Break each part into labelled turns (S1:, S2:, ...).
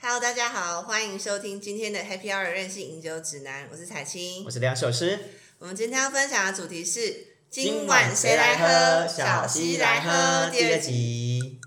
S1: Hello，大家好，欢迎收听今天的 Happy Hour 任性饮酒指南，我是彩青
S2: 我。是两首诗，
S1: 我们今天要分享的主题是今
S2: 今
S1: 晚
S2: 晚
S1: 谁
S2: 谁
S1: 来
S2: 来
S1: 喝？
S2: 喝？
S1: 小
S2: 小
S1: 溪
S2: 溪
S1: 来
S2: 来
S1: 喝
S2: 喝
S1: 第
S2: 第
S1: 二
S2: 二
S1: 集。
S2: 集。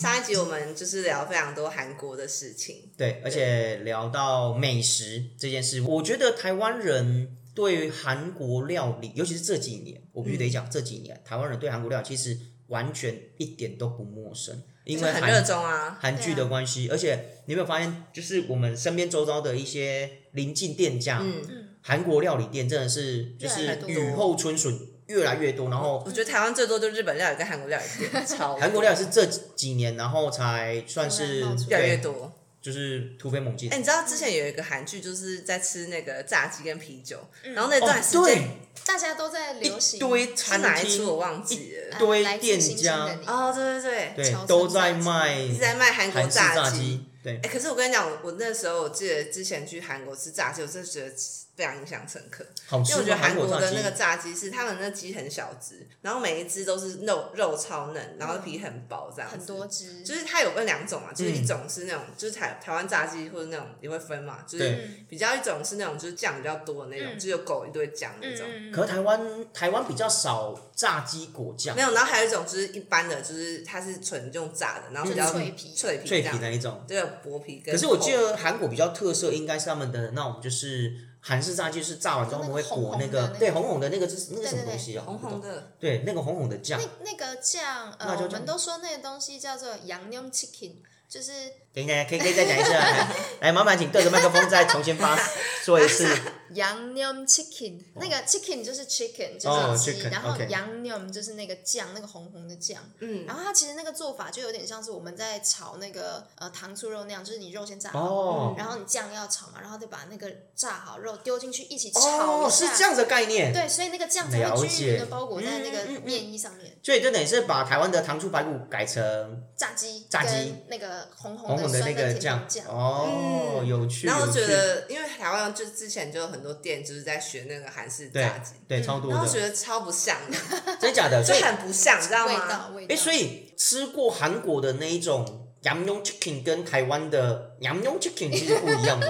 S1: 上一集我们就是聊非常多韩国的事情，
S2: 对，而且聊到美食这件事，我觉得台湾人对韩国料理，尤其是这几年，我必须得讲，这几年台湾人对韩国料理其实完全一点都不陌生，因为
S1: 就很热
S2: 韩
S1: 衷啊。
S2: 韩剧的关系，而且你有没有发现，就是我们身边周遭的一些邻近店家，
S1: 嗯，
S2: 韩国料理店真的是就
S3: 越来
S2: 是
S3: 越多
S2: 雨后春笋越来越多，然后
S1: 我觉得台湾最多就日本料理跟韩国料理 店超多
S2: 韩国料理是这几年，然后才算是
S3: 慢慢冒出
S1: 越来越
S2: 对，
S1: 多。
S2: 就是突飞猛进哦
S1: 哎、。你知道之前有一个韩剧，就是在吃那个炸鸡跟啤酒，然后那段时
S2: 嗯哦对
S1: 间、，
S3: 大家都在流行
S2: 一堆
S1: 是
S2: 餐
S1: 哪一出
S2: 厅
S1: 我忘记了。
S3: 啊
S2: 堆
S3: 来自
S2: 店
S3: 星星
S2: 家
S3: 的你
S1: 哦，对对对，
S2: 对
S3: 乔
S2: 都
S3: 村
S2: 在
S3: 炸鸡
S2: 卖
S1: 一直在卖韩国
S2: 韩式炸
S1: 鸡。，
S2: 对，
S1: 哎、可是我跟你讲，我我那时候我记得之前去韩国吃炸鸡，我真的觉得非常印象深刻，
S2: 好
S1: 因
S2: 吃
S1: 为
S2: 吗。
S1: 我觉得韩
S2: 国
S1: 国的那个嗯
S2: 鸡
S1: 炸鸡是他们那鸡很小只，然后每一只都是肉肉超嫩，然后皮很薄这样子
S3: 很多只，
S1: 就是它有分两种嘛，就是
S2: 嗯
S1: 一种是那种、就是台台湾炸鸡或者那种也会分嘛，就是
S2: 对
S3: 嗯
S1: 比较一种是那种就是酱比较多的那种，
S3: 嗯
S1: 就是有狗一堆酱那种。
S3: 嗯
S2: 可是台湾台湾比较少炸鸡果酱
S1: 没，有，然后还有一种就是一般的，就是它是纯用炸的，然后比较
S3: 就是脆皮
S1: 脆皮这
S2: 脆皮
S1: 样，
S2: 那一种。
S1: 对，薄皮跟。
S2: 可是我记得韩国比较特色应该是他们的那种就是韩式炸鸡，是炸完之后他们会裹那
S3: 那个红红的
S2: 个
S3: 那个
S2: 对红红的那个就是那个
S3: 对
S2: 什么
S3: 对
S2: 东西啊？
S1: 红红
S2: 的
S1: 的，
S2: 对那个红红的酱
S3: 那。那个酱，呃，
S2: 辣椒酱
S3: 我们都说那个东西叫做洋 m chicken，就是
S2: 等一下，可以可以再讲一次啊。来，麻烦请对着麦克风再重新发说 一次。
S3: 洋 m chicken，那个 chicken 就是 chicken
S2: 哦
S3: 就是鸡，
S2: chicken，
S3: 然后
S2: OK
S3: 洋 m 就是那个酱，那个红红的酱。
S1: 嗯，
S3: 然后它其实那个做法就有点像是我们在炒那个呃糖醋肉那样，就是你肉先炸好，
S2: 哦
S3: 然后你酱要炒嘛，然后再把那个炸好肉丢进去一
S1: 嗯
S3: 起炒
S2: 哦，
S3: 一
S2: 是
S3: 下。
S2: 这样子的概念。
S3: 对，所以那个酱才
S2: 了
S3: 会均匀
S2: 解
S3: 的包裹在那个
S2: 嗯嗯嗯
S3: 面衣上面。
S2: 所以就等于是把台湾的糖醋排骨改成
S3: 炸鸡，
S2: 炸鸡
S3: 那个红
S2: 红
S3: 红
S2: 红
S3: 的
S2: 的那
S3: 酸
S2: 个
S3: 的
S2: 酱
S3: 甜酱，
S2: 哦，
S1: 嗯
S2: 有趣。
S1: 然后我
S2: 有
S1: 觉
S2: 趣
S1: 得，因为台湾就之前就有很多店就是在学那个韩式
S2: 对
S1: 炸鸡，嗯
S2: 对超多
S1: 然后我觉
S2: 的，
S1: 得超不像 的，
S2: 真假的？
S1: 就
S2: 所以
S1: 很不像，你知道
S3: 味
S1: 吗？
S3: 道味道。
S2: 哎，所以吃过韩国的那一种 Yum Yum Chicken 跟台湾的 Yum Yum Chicken 其实不一样嘛。，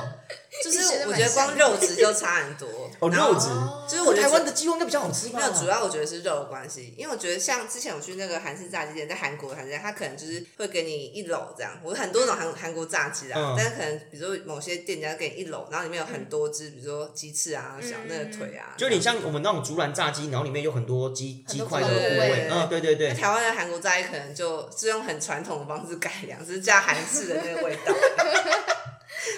S1: 就是我觉得光肉质就差很多
S2: 哦，
S1: 然后
S2: 肉质，嗯
S1: 就是
S2: 我
S1: 我觉
S2: 台
S1: 得
S2: 湾的鸡肉应该比较好吃吧？
S1: 没有，啊主要我觉得是肉的关系，因为我觉得像之前我去那个韩式炸鸡店，在韩国的韩式炸鸡店，他可能就是会给你一篓这样，我很多种韩韩国炸鸡啦，
S2: 嗯
S1: 但是可能比如说某些店家给你一篓，然后里面有很多只，比如说鸡翅啊、小那个腿啊，
S2: 就有点像我们那种竹篮炸鸡，然后里面有很多鸡
S3: 很
S2: 鸡
S3: 多
S2: 块的
S3: 口
S2: 部位
S1: 味。
S2: 嗯，对对对
S1: 那。台湾的韩国炸鸡可能就是用很传统的方式改良，只是加韩式的那个 味道。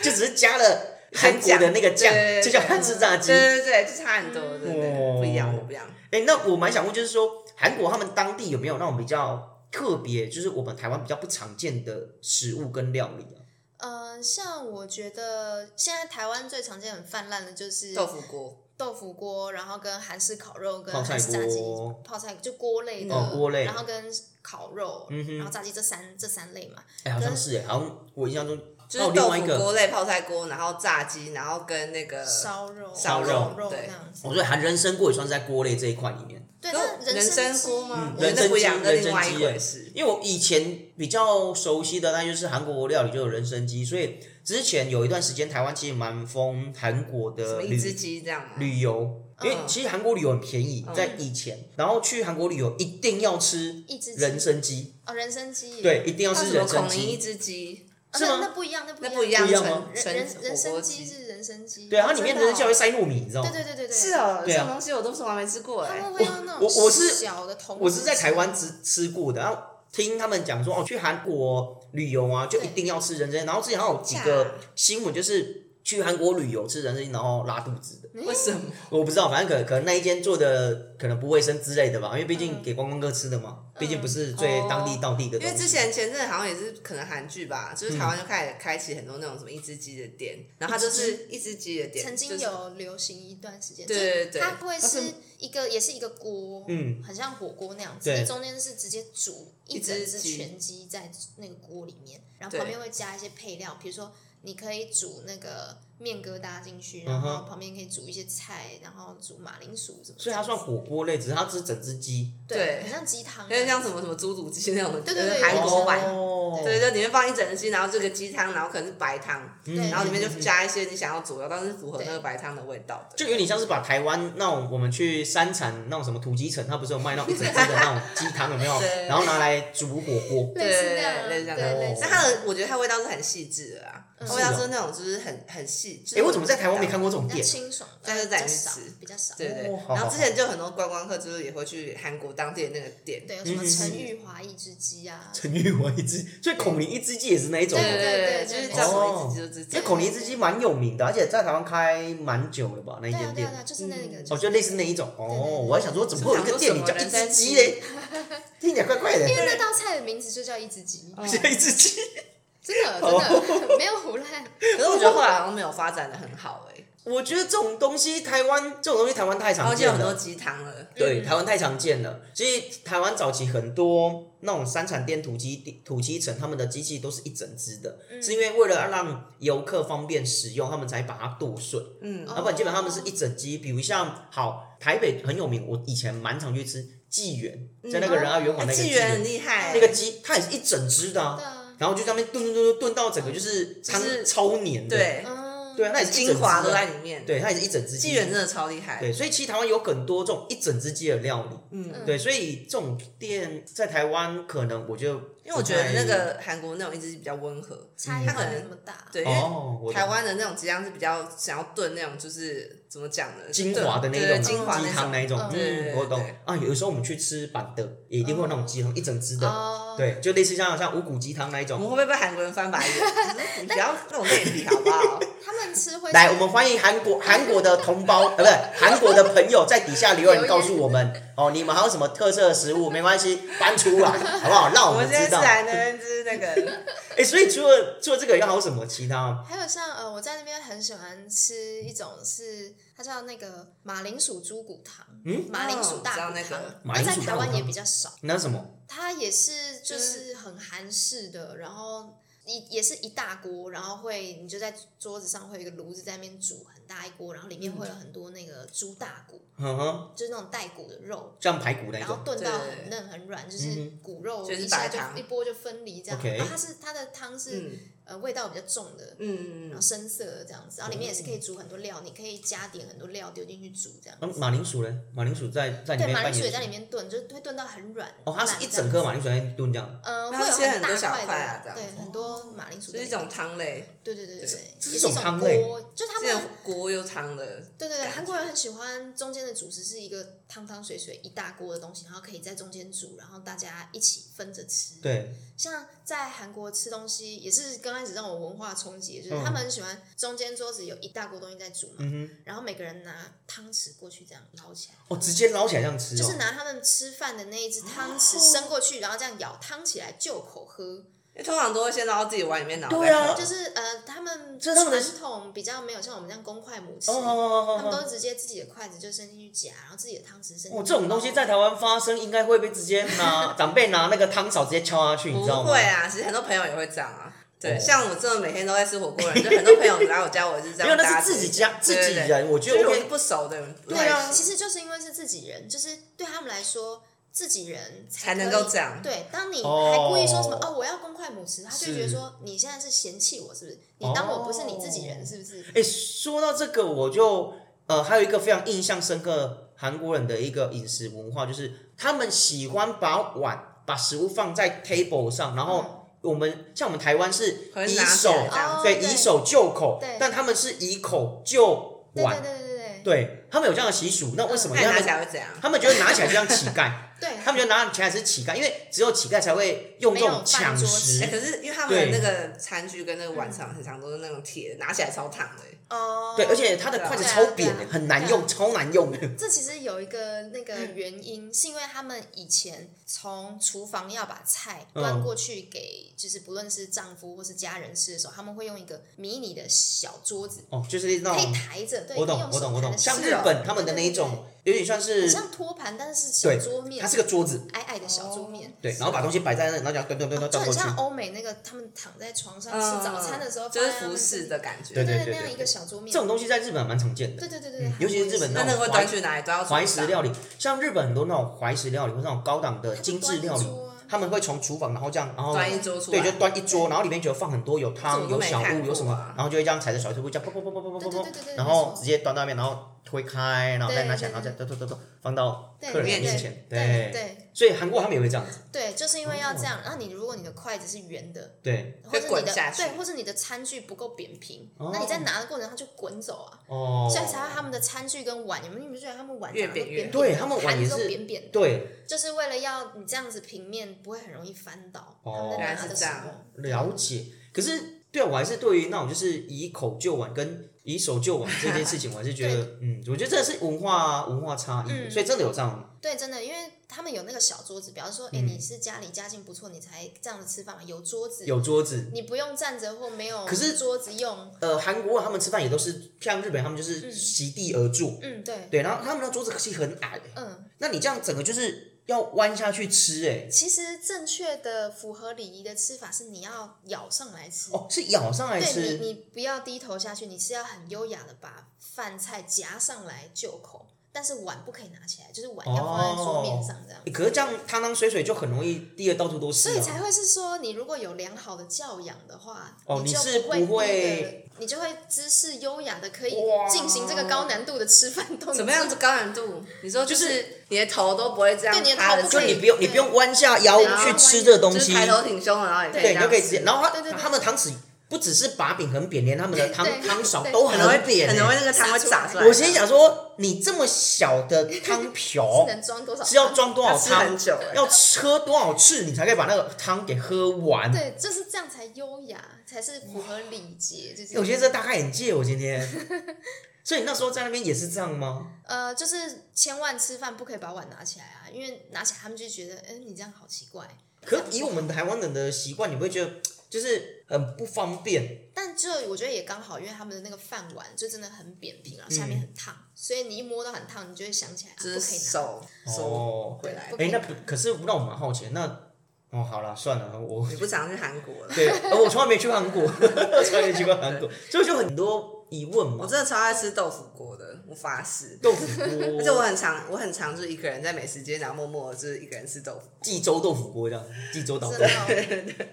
S2: 就只是加了韩国的那个酱
S1: 对对，对
S2: 就叫韩式炸鸡。哎、
S1: 对对对，就差很多，
S2: 嗯
S1: 对对对，不一样的不一样。
S2: 那我蛮想问，就是说韩国他们当地有没有那种比较特别，就是我们台湾比较不常见的食物跟料理啊？
S3: 嗯，像我觉得现在台湾最常见很泛滥的就是
S1: 豆腐锅，
S3: 豆腐锅，然后跟韩式烤肉、跟
S2: 泡菜
S3: 韩式炸鸡
S2: 锅、
S3: 泡菜就锅类的，
S2: 哦锅类
S3: 然后跟烤肉，
S2: 嗯哼
S3: 然后炸鸡这三这三类嘛。
S2: 哎、好像是哎，好像我印象中
S1: 就
S2: 还
S1: 是
S2: 有哦另
S1: 豆
S2: 外一
S1: 腐
S2: 个，
S1: 锅类泡菜锅，然后炸鸡，然后跟那个
S3: 烧肉、
S1: 呃烧
S2: 肉
S3: 烤肉
S1: 对
S3: 那样子，
S2: 我觉得韩人参锅也算是在锅类这一块里面。
S3: 对，
S1: 可
S3: 那
S1: 人
S3: 参
S1: 参锅
S3: 鸡
S1: 吗？
S2: 嗯
S1: 我觉得那不一样，那
S2: 人参鸡啊
S1: 另外一回
S2: 人参
S1: 事。
S2: 因为我以前比较熟悉的那就是韩国料理，就有人参鸡，所以之前有一段时间台湾其实蛮疯韩国
S1: 什
S2: 的
S1: 么一
S2: 旅
S1: 只鸡这样吗？
S2: 旅游，因为其实韩国旅游很便宜，
S1: 嗯
S2: 在以前，然后去韩国旅游一定要吃
S3: 一只鸡
S2: 人参鸡，
S3: 哦，人参鸡，
S2: 对，一定要
S1: 那
S2: 吃
S1: 什么
S2: 人参
S1: 孔明一
S2: 鸡，
S1: 只鸡，
S3: 啊，
S2: 是
S3: 那
S2: 吗
S3: 那不一样，那
S1: 那
S3: 不
S1: 不一
S3: 一
S1: 样，
S2: 不一样
S1: 纯
S2: 吗
S3: 人人
S1: 纯
S3: 人
S1: 火
S3: 参
S1: 锅
S3: 鸡是人参鸡，
S2: 对，它
S1: 哦
S2: 里面
S1: 真的
S2: 人参
S1: 哦
S2: 会塞糯米，你知道吗
S3: 对？对对对对，
S1: 是哦，
S2: 对
S1: 这
S2: 啊
S1: 种东西我都从来没吃过
S3: 他
S1: 哎。
S3: 们会用那
S2: 我
S3: 种
S2: 我我是
S3: 小的铜，
S2: 我是在台湾，吃吃过的，然后听他们讲说哦，去韩国旅游啊，就一定要吃人参，然后之前还有几
S1: 假
S2: 个新闻就是。去韩国旅游吃人参鸡，然后拉肚子的，
S1: 为什么？
S2: 我不知道，反正可可能那一间做的可能不卫生之类的吧，因为毕竟给观光客吃的嘛，毕竟不是最当地道地的
S1: 嗯哦因
S2: 东西。
S1: 为之前前阵子好像也是可能韩剧吧，就是台湾就开始开启很多那种什么一只鸡的店，然后它就是一只鸡的店，
S3: 嗯曾
S1: 就
S3: 经
S1: 是
S3: 有流行一段时间，
S1: 对
S3: 就是
S1: 对对
S3: 它会
S1: 它是
S3: 是一个也是一个锅，
S2: 嗯，
S3: 很像火锅那样子，
S2: 对
S3: 那中间是直接煮一整
S1: 一只
S3: 只
S1: 鸡
S3: 全鸡在那个锅里面，然后
S1: 对
S3: 旁边会加一些配料，比如说你可以煮那个面疙瘩进去，
S2: 嗯
S3: 然
S2: 哼
S3: 后旁边可以煮一些菜，然后煮马铃薯什么。
S2: 所以它算火锅类，只是它只是整只鸡。
S1: 对
S3: 对，很像鸡汤啊，
S1: 有点像什么什么猪肚鸡那种的，
S3: 对对对
S1: 就是韩国版。
S2: 哦，
S1: 对，就里面放一整只鸡，然后这个鸡汤，然后可能是白汤，
S2: 嗯
S3: 对
S1: 然后里面就加一些你想要煮的，但是符合那个白汤的味道的。
S2: 就有点像是把台湾那种我们去山产那种什么土鸡城，它不是有卖那种一整只的那种鸡汤有没 有？
S1: 对
S2: 然后拿来煮火锅。
S3: 类似那样啊，
S1: 对类
S3: 对
S1: 似这样
S3: 类似
S1: 那它的，我觉得它味道是很细致的啦，它
S3: 嗯
S1: 味道是那种就是很很细。
S2: 啊哎、我怎么在台湾没看过这种
S3: 比较
S2: 店？
S3: 清爽，
S1: 但是
S3: 比较
S1: 在
S3: 少
S1: 吃，
S3: 比较少。
S1: 对对
S2: 哦，好
S1: 然后
S2: 好
S1: 之前就有很多观光客，就是也会去韩国当地的那个店，
S3: 对，有什么
S2: 嗯嗯
S3: 陈
S2: 嗯
S3: 玉华一只鸡啊，
S2: 陈玉我一只，所以孔林一只鸡也是那一种
S1: 对
S2: 吗。
S1: 对对，
S3: 对对对
S1: 就是
S3: 对
S1: 在我
S2: 哦
S1: 一直就是
S2: 因为孔林一只鸡蛮有名的，而且在台湾开蛮久了吧？那一
S3: 对啊
S2: 间
S3: 对
S2: 店
S3: 啊，对啊，就是那个，
S2: 哦，就类似那一种
S3: 对对
S2: 哦。
S3: 对
S2: 我还想说，怎么会有一个店名叫一只鸡嘞？听起来怪怪的，
S3: 因 为那道菜的名字就叫一只鸡，
S2: 像一只鸡。
S3: 真的真的没有胡乱，
S1: 可是我觉得后来好像没有发展的很好哎、
S2: 我觉得这种东西，台湾这种东西，台湾太
S1: 然后
S2: 常
S1: 就有
S2: 见
S1: 很多
S2: 了。
S1: 鸡汤了。
S2: 对，
S3: 嗯
S2: 台湾太常见了。所以台湾早期很多那种三产店、土鸡土鸡城，他们的机器都是一整只的，
S1: 嗯
S2: 是因为为了让游客方便使用，他们才把它剁碎。
S1: 嗯，
S3: 哦
S2: 老板基本上他们是一整鸡，比如像好台北很有名，我以前蛮常去吃纪元，在那个仁爱圆环那
S1: 嗯啊
S2: 个
S1: 纪
S2: 纪
S1: 元
S2: 元
S1: 很厉害、
S2: 那个鸡，它也是一整只的
S3: 对
S2: 啊，
S3: 啊，
S2: 然后就在那边炖炖炖炖炖到整个就是汤
S1: 就是
S2: 超黏的，
S1: 哎对，
S3: 嗯，
S2: 对啊，那也是一整
S1: 精
S2: 只
S1: 华都
S2: 啊
S1: 在，里面。，
S2: 对，它也是一整只
S1: 纪元真的超厉害。
S2: 对，所以其实台湾有很多这种一整只鸡的料理，
S1: 嗯，
S2: 对，所以这种店在台湾可能我就
S1: 因为我觉得那个韩国那种一只鸡比较温和，
S3: 差异
S1: 它可
S3: 化没
S1: 能
S3: 那么大，
S1: 对，因为
S2: 哦，我懂
S1: 台湾的那种鸡汤是比较想要炖那种，就是怎么讲呢？
S2: 精华的那
S1: 对对
S2: 种啊
S1: 精华
S2: 鸡
S1: 那
S2: 汤
S1: 种。
S2: 那一种，
S3: 嗯
S1: 对对
S2: 嗯，我懂
S1: 对
S2: 啊。有时候我们去吃板的，也一定会有那种鸡汤一整只的，
S3: 哦，
S2: 对，就类似像像五谷鸡汤那一
S1: 我
S2: 种
S1: 们。会不会被韩国人翻白 眼？就是你不要那种内皮好不 好？
S2: 哦
S3: 他们吃会
S2: 来，我们欢迎韩国韩国的同胞，呃，不是韩国的朋友在底下留言
S3: 留言
S2: 告诉我们哦，你们还有什么特色的食物？没关系，搬出来好不好？让
S1: 我
S2: 我
S1: 们
S2: 们
S1: 今天
S2: 知
S1: 是
S2: 道。
S1: 来那边就是那个，
S2: 哎，所以除了除了这个，还有什么其他？
S3: 还有像呃，我在那边很喜欢吃一种是它叫那个马铃薯猪骨汤，
S2: 嗯
S3: 马铃薯
S1: 哦知道
S3: 大骨
S1: 那个
S3: 汤，
S2: 马铃薯大
S3: 在台
S2: 骨
S3: 湾也
S2: 汤
S3: 比较少，
S2: 那什么？
S3: 它也是
S2: 嗯
S3: 就是很韩式的，然后一也是一大锅，然后会你就在桌子上会有一个炉子在那边煮很大一锅，然后里面会有很多那个猪大骨，
S2: 嗯哼，
S3: 就是那种带骨的肉，
S2: 像排骨那
S3: 然
S2: 种
S3: 后。炖
S1: 对
S3: 到很嫩很软，就
S2: 嗯
S3: 是骨肉
S1: 就是
S3: 一下
S1: 白
S3: 就
S1: 汤
S3: 一锅就分离这样。
S2: OK
S3: 然后它是它的汤是、
S1: 嗯
S3: 呃味道比较重的，
S1: 嗯
S3: 然 后深色的这样子，然后里面也是可以煮很多料，你可以加点很多料丢进去煮这样。
S2: 嗯，马铃薯呢？马铃薯在在里
S3: 对，
S2: 面
S3: 马
S2: 扮
S3: 铃薯也
S2: 演
S3: 在里面炖，就是会炖到很软。
S2: 哦，它
S3: 烂
S2: 是一
S3: 这
S2: 整
S3: 样
S2: 颗
S3: 子
S2: 马铃薯在炖这样。
S3: 呃，
S1: 它
S3: 会有
S1: 切很
S3: 大
S1: 多小
S3: 块的，
S1: 块啊这样
S3: 对，很多马铃薯
S1: 就
S3: 的
S1: 是一
S3: 那
S1: 种汤类，
S3: 对对对对对，
S2: 这
S3: 也
S2: 是
S3: 是
S2: 一
S3: 一
S2: 种
S3: 种
S2: 汤类
S3: 锅，就是他
S1: 这种
S3: 们
S1: 锅又汤的，
S3: 对对对，
S1: 感
S3: 韩国人很喜欢中间的主食是一个汤汤水水一大锅的东西，然后可以在中间煮，然后大家一起分着吃。
S2: 对，
S3: 像在韩国吃东西也是刚开始让我文化冲击，就
S2: 嗯
S3: 是他们很喜欢中间桌子有一大锅东西在煮嘛，
S2: 嗯
S3: 然后每个人拿汤匙过去这样捞起来。
S2: 哼，哦，直接捞起来这样吃
S3: 就是
S2: 哦。
S3: 拿他们吃饭的那一只汤匙伸过去，然后这样舀汤起来就口喝。
S1: 因为通常都会先捞到自己碗里面，然后
S2: 对啊
S1: 再
S3: 就是呃，他们
S2: 这是
S3: 传
S2: 他们的
S3: 统比较没有像我们这样公筷母匙，
S2: 哦哦哦
S3: 他们
S2: 哦
S3: 都
S2: 哦。
S3: 直接自己的筷子就伸进去夹，然后自己的汤匙伸进去。
S2: 哦，这种东西在台湾发生，应该会被直接 拿长辈拿那个汤勺直接敲下去，你知
S1: 看。
S2: 道吗？
S1: 不会啊，其实很多朋友也会这样啊。对，
S2: 哦
S1: 像我这种每天都在吃火锅的人，就很多朋友来我家，我也是这 样。
S2: 没有，那是自己家自
S1: 对
S2: 己
S1: 对对
S2: 人，我觉
S1: 就
S2: 得
S1: 是我
S2: OK
S1: 是。不熟的人，
S3: 对
S1: 对啊，
S3: 其实就是因为是自己人，就是对他们来说，自己人
S1: 才
S3: 可
S1: 能
S3: 以
S1: 够这样
S3: 对，当你
S2: 哦
S3: 还故意说什么哦我要公筷母匙，他就会觉得
S2: 是
S3: 说你现在是嫌弃我是不是？你当我不是你自己人是不是？
S2: 哎，说到这个，我就呃，还有一个非常印象深刻韩国人的一个饮食文化，就是他们喜欢把碗把食物放在 table 上，然
S3: 嗯
S2: 后我们像我们台湾是
S1: 可能
S2: 以
S1: 拿起
S2: 手
S1: 来这样
S3: 哦
S2: 对，
S3: 对
S2: 以手就口
S3: 对，
S2: 但他们是以口就
S3: 对对嗯
S2: 碗，
S3: 对对对对
S2: 对他们有这样的习俗。那为什么
S1: 那
S2: 因
S1: 你
S2: 为他
S1: 拿起来
S2: 们
S1: 会怎样？
S2: 他们觉得拿起来就像乞丐，
S3: 对，
S2: 他们觉得拿起来是乞丐，因为只有乞丐才会用这
S3: 没
S2: 种
S3: 有
S2: 抢
S3: 饭桌
S2: 食
S1: 哎、
S3: 吃。
S1: 可是因为他们的那个餐具跟那个碗上很长都是那种铁的，拿起来超烫的、
S3: 哦，
S2: 对，而且他的筷子超扁的，
S3: 对啊
S2: 很难用，超难用 的。
S3: 这其实有一个那个原因，是因为他们以前从厨房要把菜端过去给，就是不论是丈夫或是家人吃的时候，他们会用一个迷你的小桌子，
S2: 哦，就是那
S3: 可以
S2: 种
S3: 抬着，对，
S2: 我
S3: 可以
S2: 懂，
S3: 用
S2: 我
S3: 手
S2: 懂，我
S3: 抬
S2: 懂，
S3: 的
S2: 像
S3: 是
S2: 日
S3: 哦
S2: 本他们的那一种，有点算是
S3: 很像托盘，但是小
S2: 对
S3: 桌面，
S2: 它是个桌子，
S3: 矮矮的小桌面。
S2: 对，然后把东西摆在那，然后这样端端端端
S3: 就
S2: 端
S3: 哦
S2: 过
S3: 很
S2: 去，
S3: 像欧美那个，他们躺在床上
S1: 嗯
S3: 吃早餐的时候，
S1: 就是
S3: 放在他
S1: 服
S3: 们
S1: 饰
S3: 身
S1: 的感觉。
S2: 对对
S3: 对那样一个小桌面，
S2: 这种东西在日本蛮常见的
S3: 对，对对对对，
S2: 嗯尤其是日本
S1: 那那个会
S2: 那种
S1: 端去哪里都要
S2: 怀
S1: 煮
S2: 石
S1: 上
S2: 料理，像日本很多那种怀石料理或那种高档的精致料理，
S3: 理，
S2: 他们会从厨房然后这样，然后
S1: 端一桌出来，
S2: 对，就端一桌，然后里面就有放很多有
S1: 这
S2: 汤、
S1: 我都
S2: 有
S1: 没
S2: 小
S1: 看
S2: 物、有什
S1: 过
S2: 么
S1: 啊，
S2: 然后就会这样踩着小碎步，这样砰砰砰砰砰
S3: 对
S2: 砰
S3: 对
S2: 砰
S3: 对
S2: 砰，
S3: 对对，
S2: 然
S3: 没
S2: 后
S3: 错
S2: 直接端到那边，然后推开，然后再拿起来，
S3: 对对
S2: 然
S3: 对
S2: 后再咚咚咚咚放到
S3: 对
S2: 客人
S1: 面
S2: 面
S1: 前
S2: 前。
S3: 对，对
S2: 所以韩国他们也会这样子，
S3: 对，就是因为要这样，然后你如果你的筷子是圆的，
S2: 哦对，
S3: 或
S1: 会
S3: 者你
S1: 滚
S3: 的
S1: 下去
S3: 对，或者你的餐具不够扁平，
S2: 哦
S3: 那你在拿的过程它就滚走啊，
S2: 哦，
S3: 所以才会他们的餐具跟碗，你们你们觉得他们碗
S1: 越
S3: 长得
S1: 扁越
S3: 都扁扁
S2: 对
S3: 的
S2: 他们碗也
S3: 盘子都
S2: 是
S3: 扁扁的，
S2: 对，
S3: 就是为了要你这样子平面不会很容易翻倒。
S2: 哦
S3: 他们在拿的时
S1: 原来是这
S3: 候，
S2: 了解。可是对我还是对于那种就是以口就碗跟以手就碗这件事情，我还是觉得，嗯，我觉得这是文化文化差异，
S3: 嗯
S2: 所以真的有这样，
S3: 对，真的，因为他们有那个小桌子，比方说，哎、
S2: 嗯
S3: 你是家里家境不错，你才这样子吃饭嘛，有桌子，
S2: 有桌子，
S3: 你不用站着或没有，
S2: 可是
S3: 桌子用，
S2: 呃，韩国他们吃饭也都是像日本，他们就是
S3: 嗯
S2: 席地而坐，
S3: 嗯，对，
S2: 对，然后他们的桌子其实很矮，欸
S3: 嗯，
S2: 那你这样整个就是要弯下去吃、哎，
S3: 其实正确的符合礼仪的吃法是你要咬上来吃，
S2: 哦，是咬上来
S3: 对你，
S2: 吃，
S3: 你不要低头下去，你是要很优雅的把饭菜夹上来就口，但是碗不可以拿起来，就是碗要放在桌面上这样。
S2: 欸可是这样汤汤水水就很容易滴的到处都是、
S3: 所
S2: 啊，
S3: 以才会是说，你如果有良好的教养的话，
S2: 哦
S3: 你就
S2: 你是
S3: 不会
S2: 不会
S3: 低的，你就会姿势优雅的可以
S2: 哇
S3: 进行这个高难度的吃饭动作。
S1: 怎么样子高难度？你说就是你的头都不会这样
S3: 对你的
S1: 趴着
S3: 头
S2: 就
S1: 吃，
S2: 你不用你
S3: 对
S2: 不用弯下腰
S3: 对然后
S2: 去
S3: 弯
S2: 吃
S3: 下
S2: 这个东
S1: 就是
S2: 西，
S1: 抬头挺胸，然后也
S2: 对，
S1: 这
S2: 你
S1: 样
S2: 就可以
S1: 吃
S2: 直接，然后他
S3: 对对对
S2: 他们汤匙不只是把柄很扁，连他们的汤
S3: 对
S2: 汤勺
S3: 对
S2: 都
S1: 很容易
S2: 扁、
S1: 很容易
S2: 欸。
S1: 那个汤会洒出来。
S2: 我心想说，你这么小的汤瓢
S3: 是能装多少？
S2: 是要装多
S1: 要
S2: 少
S1: 吃
S2: 汤
S1: 很？久哎，
S2: 欸要喝多少次你才可以把那个汤给喝完？
S3: 对，就是这样才优雅，才是符合礼节。就是
S2: 哎我觉得这大开眼界，我哦今天。 所以你那时候在那边也是这样吗？
S3: 呃，就是千万吃饭不可以把碗拿起来啊，因为拿起来他们就觉得，嗯、你这样好奇怪。
S2: 可以我们台湾人的习惯，你不会觉得就是很不方便？
S3: 但就我觉得也刚好，因为他们的那个饭碗就真的很扁平，然啊后下
S1: 嗯
S3: 面很烫，所以你一摸到很烫，你就会想起来、啊、不
S1: 就
S3: 可
S1: 是
S3: 以拿。
S1: 手手
S2: 哦，
S1: 回来
S3: 不。可
S2: 哎、
S3: 以
S2: 那
S3: 拿
S2: 不可是让我蛮好奇的，那哦好了，算了，我
S1: 你不想去韩国了？
S2: 对，呃我从来没去韩国，我从来没去过韩国，所以就很多疑问
S1: 我
S2: 嘛。
S1: 真的超爱吃豆腐锅的，我发誓。
S2: 哦豆腐
S1: 而且我
S2: 锅，
S1: 很常，我很常就是一个人在美食街，然后默默地就是一个人吃豆腐。
S2: 济州豆腐锅这样，济州岛
S3: 真
S2: 豆
S3: 的
S2: 腐
S3: 哦，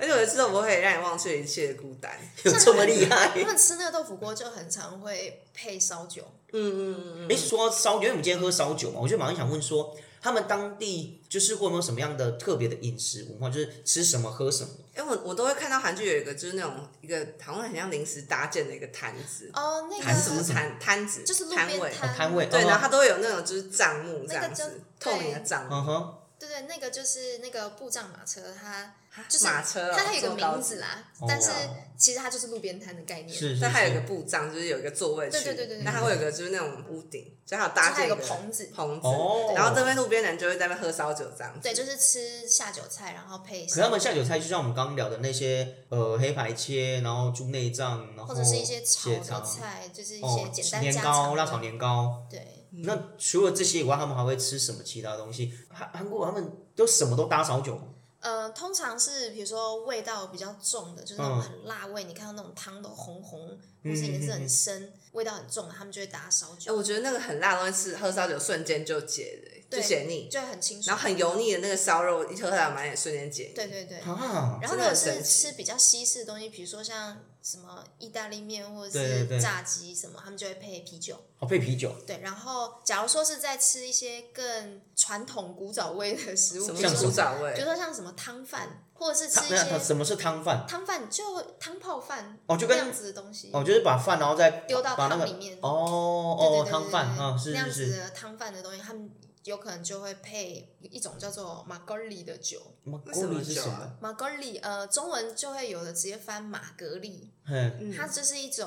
S1: 而且我觉得吃豆腐可以让你忘却一切的孤单。
S2: 有这么厉害？
S3: 他们吃那个豆腐锅就很常会配烧酒，
S1: 嗯嗯嗯
S2: 哎、说到烧，因为我们今天喝烧酒嘛，我就马上想问说，他们当地就是会有没有什么样的特别的饮食文化，就是吃什么喝什么？
S1: 哎、我我都会看到韩剧有一个就是那种一个好像很像临时搭建的一个摊子，
S3: 哦，那
S1: 摊什么
S3: 个
S1: 摊摊子，
S3: 就是路
S1: 摊
S3: 边
S1: 位。
S2: 哦摊位
S1: 对，
S2: 哦
S1: 然后它都会有那种就是帐幕这样
S3: 那个
S1: 子
S3: 就，
S1: 透明的帐
S3: 啊
S1: 幕，
S2: 嗯哼，
S3: 对对，那个就是那个布障马车，它就是
S1: 马车、哦，
S3: 它还有一
S1: 坐
S3: 个
S1: 高
S3: 名字啦
S2: 哦，
S3: 但是其实它就是路边摊的概念。
S2: 是是
S1: 但它有一个
S2: 是。
S1: 布帐，就是有一个座位区，
S3: 对对对对对
S1: 那它会有一个就是那种屋顶，所以它有
S3: 就
S1: 搭
S3: 它
S1: 建
S3: 有
S1: 一
S3: 个
S1: 个
S3: 棚子，
S1: 棚子，
S2: 哦
S1: 然后这边路边人就会在那边喝烧酒这样子。
S3: 对，就是吃下酒菜，然后配
S2: 可是他们下酒菜，就像我们刚刚聊的那些，呃，黑白切，然后猪内脏，然后
S3: 或者是一些炒
S2: 血
S3: 的
S2: 肠
S3: 菜，就是一
S2: 哦
S3: 些，简单
S2: 年
S3: 家
S2: 糕、
S3: 常
S2: 辣炒
S3: 的。嗯
S2: 年糕。
S3: 对，
S2: 那除了这些以外，他们还会吃什么其他东西？韩韩国他们都什么都搭烧酒吗，
S3: 呃，通常是比如说味道比较重的，就是那
S2: 嗯
S3: 种很辣味，你看到那种汤都红红，或是颜色
S2: 嗯嗯嗯
S3: 很深，味道很重的，他们就会打烧
S1: 哎，
S3: 酒，
S1: 我觉得那个很辣的东西吃喝烧酒瞬间就解了、
S3: 对
S1: 就解腻，
S3: 就会很清楚。
S1: 然后很油腻的那个烧肉一喝下来满眼瞬间解腻。
S3: 对对对。
S2: 啊，
S3: 然
S1: 真的
S3: 后如果
S1: 很神
S3: 是
S1: 奇
S3: 吃比较西式的东西，比如说像什么意大利面或者
S2: 对对对
S3: 是炸鸡什么，他们就会配啤酒。
S2: 哦，配啤酒，
S3: 对，然后假如说是在吃一些更传统古早味的食物，
S1: 什么
S3: 比如
S2: 像
S1: 是
S2: 什
S1: 古
S2: 么
S3: 说
S1: 早
S3: 比如
S1: 味？
S3: 说像什么汤饭，或者是
S2: 汤
S3: 吃一
S2: 那
S3: 些
S2: 什么是汤饭？
S3: 汤饭就汤泡饭
S2: 哦就跟
S3: 那样子的东西
S2: 哦，就是把饭然后再
S3: 丢到
S2: 把那
S3: 汤
S2: 个
S3: 里面。
S2: 哦
S3: 对对
S2: 哦
S3: 对
S2: 汤
S3: 对
S2: 饭
S3: 对
S2: 啊，是
S3: 那样
S2: 是
S3: 子
S2: 是，
S3: 的汤饭的东西，他们有可能就会配一种叫做马格利的酒。
S2: 马
S1: 那什
S2: 锅
S1: 么
S2: 里是
S1: 酒
S2: 什
S1: 啊
S2: 么？
S3: 马格利，呃，中文就会有的直接翻马格利，
S2: 嘿，
S1: 嗯
S3: 它就是一种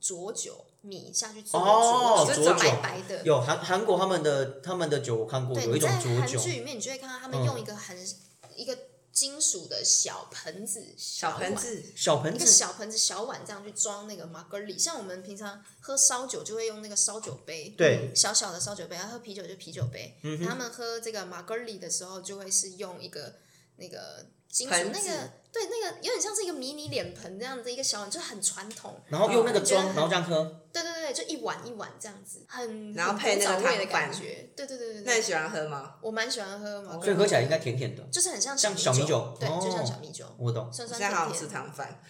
S3: 浊酒，米下去做的
S2: 哦
S3: 酒，
S1: 浊
S3: 就是
S1: 酒
S3: 白白的。
S2: 有韩韩国他们的他们的酒我看过，
S3: 对，
S2: 有
S3: 你
S2: 一种
S3: 在
S2: 浊
S3: 韩
S2: 酒，
S3: 剧里面，你就会看到他们
S2: 嗯
S3: 用一个很、一个金属的小盆子、
S1: 小盆
S3: 碗
S1: 子，嗯
S2: 小盆
S3: 一个
S2: 子
S3: 小盆子、小碗这样去装那个马格里。像我们平常喝烧酒就会用那个烧酒杯，
S2: 对嗯
S3: 小小的烧酒杯；要喝啤酒就啤酒杯。他们喝这个马格里的时候，就会是用一个那个金属
S1: 盆
S3: 那
S1: 子
S3: 个对那个有点像是一个迷你脸盆这样的一个小碗，就很传统。
S2: 然后用那个
S3: 我觉得
S2: 装，
S3: 很
S2: 然后这样喝，
S3: 对对对，就一碗一碗这样子，很
S1: 然后配那个
S3: 很古早味的
S1: 糖板
S3: 感觉。对对对
S1: 那
S3: 对
S1: 你
S3: 对，
S1: 喜欢喝吗？
S3: 我蛮喜欢喝马格里，
S2: 所以喝起来应该甜甜的。
S3: 就是很像
S2: 像
S3: 米
S2: 小米酒
S3: 对，就
S2: 哦
S3: 像小米酒，
S2: 我 懂，
S1: 我现
S3: 酸酸
S1: 在好
S3: 甜
S1: 想吃
S3: 甜。
S1: 汤饭，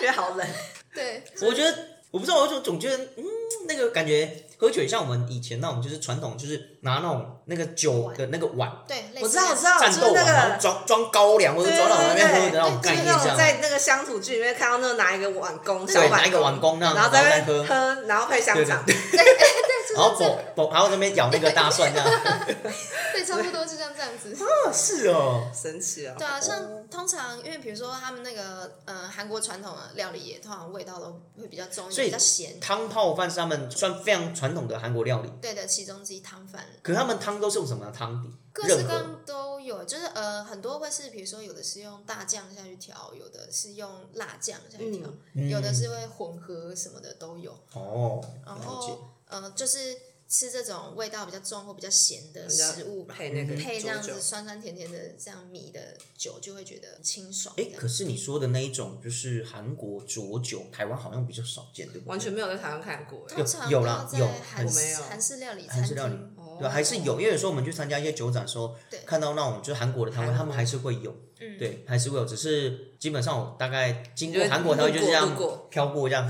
S1: 因为 好冷。
S3: 对，
S2: 我觉得我不知道，我就总觉得嗯，那个感觉喝酒也像我们以前那种，就是传统，就是拿那种那个酒的那个碗，
S3: 对，类似
S1: 我知道，
S3: 这
S1: 我
S3: 样
S1: 知道，就
S2: 战斗
S1: 是那
S2: 碗，然后
S1: 个，
S2: 装装高粱或者装到那边喝的那种
S3: 对
S2: 概
S1: 就是
S2: 念，
S1: 那
S2: 这
S1: 种
S2: 样。
S1: 在那个 乡土剧里面看到那种拿一个碗公，小
S2: 对，
S1: 碗
S2: 拿一个碗公那样，
S1: 然后
S2: 在
S1: 在
S2: 那
S1: 那
S2: 边
S1: 边
S2: 喝，
S1: 喝，然后配香肠，
S2: 然后嘣嘣，然后在那边咬那个大蒜这样。
S3: 对，差不多就像这样子。
S2: 是 哦，
S1: 神奇哦。
S3: 对啊，像通常因为比如说他们那个呃韩国传统的料理也通常味道都会比较重一
S2: 所
S3: 点，
S2: 以
S3: 比较咸。
S2: 汤泡饭是他们算非常传统的韩国料理，
S3: 对的，其中之一汤饭，
S2: 可是他们汤都是用什么汤底？
S3: 各式
S2: 任
S3: 各
S2: 何
S3: 样都有，就是呃很多会是比如说有的是用大酱下去调，有的是用辣酱下去调，
S2: 嗯
S3: 有的是会混合什么的都有。
S2: 哦，
S3: 然
S2: 了解。
S3: 后呃就是吃这种味道比较重或比较咸的
S1: 比较
S3: 食物吧。
S1: 配
S2: 嗯
S1: 那个
S3: 配这
S1: 佐
S3: 样
S1: 酒
S3: 子，酸酸甜甜的这样米的酒，就会觉得清爽。
S2: 哎
S3: 这，样
S2: 可是你说的那一种就是韩国浊酒，台湾好像比较少见，对不对？
S1: 完全没有在台湾看过哎。
S3: 通常
S2: 有
S3: 都
S2: 啦
S3: 在
S2: 有
S3: 韩
S1: 我没
S3: 式
S1: 有
S3: 韩式料理餐
S2: 韩式料理
S3: 厅，
S1: 哦
S2: 对，还是有，因为有时候我们去参加一些酒展的时候
S3: 对，
S2: 看到那种就是韩国的摊位，
S1: 韩国
S2: 他们还是会有，
S3: 嗯，
S2: 对，还是会有，只是基本上我大概经过
S1: 你就
S2: 韩国摊位就是这样
S1: 路过
S2: 飘过这样，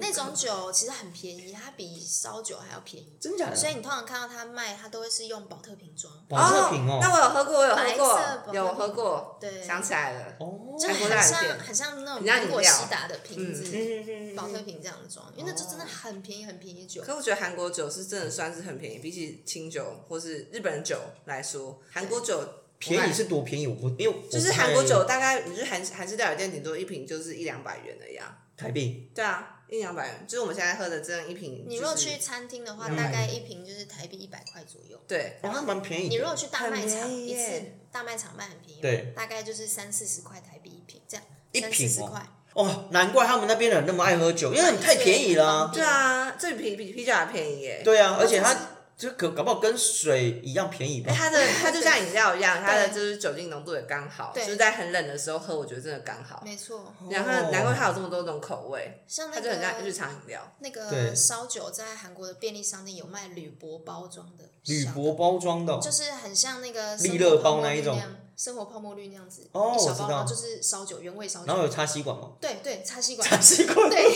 S3: 那种酒其实很便宜，它比烧酒还要便宜，
S2: 真假的？
S3: 所以你通常看到它卖，它都会是用保特瓶装，
S2: 保特瓶
S1: 那
S2: 哦，
S1: 我有喝过，我有喝
S3: 白色保特
S1: 过，
S3: 瓶
S1: 有我喝过，
S3: 对，
S1: 想起来了，
S2: 哦，
S3: 就是
S1: 韩国
S3: 很
S1: 料理
S3: 像
S1: 店
S3: 很像那种
S1: 很像饮
S3: 苹果
S1: 料
S3: 西达的瓶子，
S2: 嗯哦
S3: 保特瓶这样装，因为那就真的很便宜很便宜的酒，
S1: 可我觉得韩国酒是真的算是很便宜，比起清酒或是日本酒来说，韩国酒
S2: 便宜是多便宜？我不，因为我
S1: 就是
S2: 不太
S1: 韩国酒大概你去韩韩式料理店顶多一瓶就是一两百元而已啊。
S2: 台币，
S1: 对啊，一两百元，就是我们现在喝的这样一瓶、就是。
S3: 你如果去餐厅的话，
S2: 嗯
S3: 大概一瓶就是台币一百块左右。
S1: 对，
S2: 哦，还蛮便宜的。
S3: 你如果去大卖
S1: 很
S3: 场
S1: 便宜
S3: 一
S1: 耶
S3: 次，大卖场卖很便宜，
S2: 对，
S3: 大概就是三四十块台币一瓶这样，
S2: 一
S3: 三
S2: 瓶
S3: 四十
S2: 哦
S3: 块，
S2: 哦，难怪他们那边的人那么爱喝酒，因为你太便宜了啊。
S1: 对啊，这比比啤酒还便宜哦耶。
S2: 对啊，而且它就可搞不好跟水一样便宜吧
S1: 哎，？它的它就像饮料一样，它的
S3: 对
S1: 就是酒精浓度也刚好，就
S3: 对
S1: 是在很冷的时候喝，我觉得真的刚好。
S3: 没错，
S2: 哦
S1: 然后难怪它有这么多种口味，
S3: 像
S1: 它
S3: 那
S1: 就很像日
S3: 个
S1: 常饮料。
S3: 那
S2: 对
S3: 个烧酒，在韩国的便利商店有卖铝箔包装的小，
S2: 铝箔包装的哦，
S3: 就是很像那个
S2: 利
S3: 生
S2: 乐
S3: 活
S2: 包
S3: 泡沫
S2: 那一
S3: 绿
S2: 种
S3: 样，生活泡沫绿那样子，
S2: 哦
S3: 一
S2: 我
S3: 小
S2: 知
S3: 包，然
S2: 道
S3: 后就是烧酒原味烧
S2: 然后
S3: 酒，
S2: 有插吸管吗？
S3: 对对，插吸管，
S2: 插吸管，
S3: 对，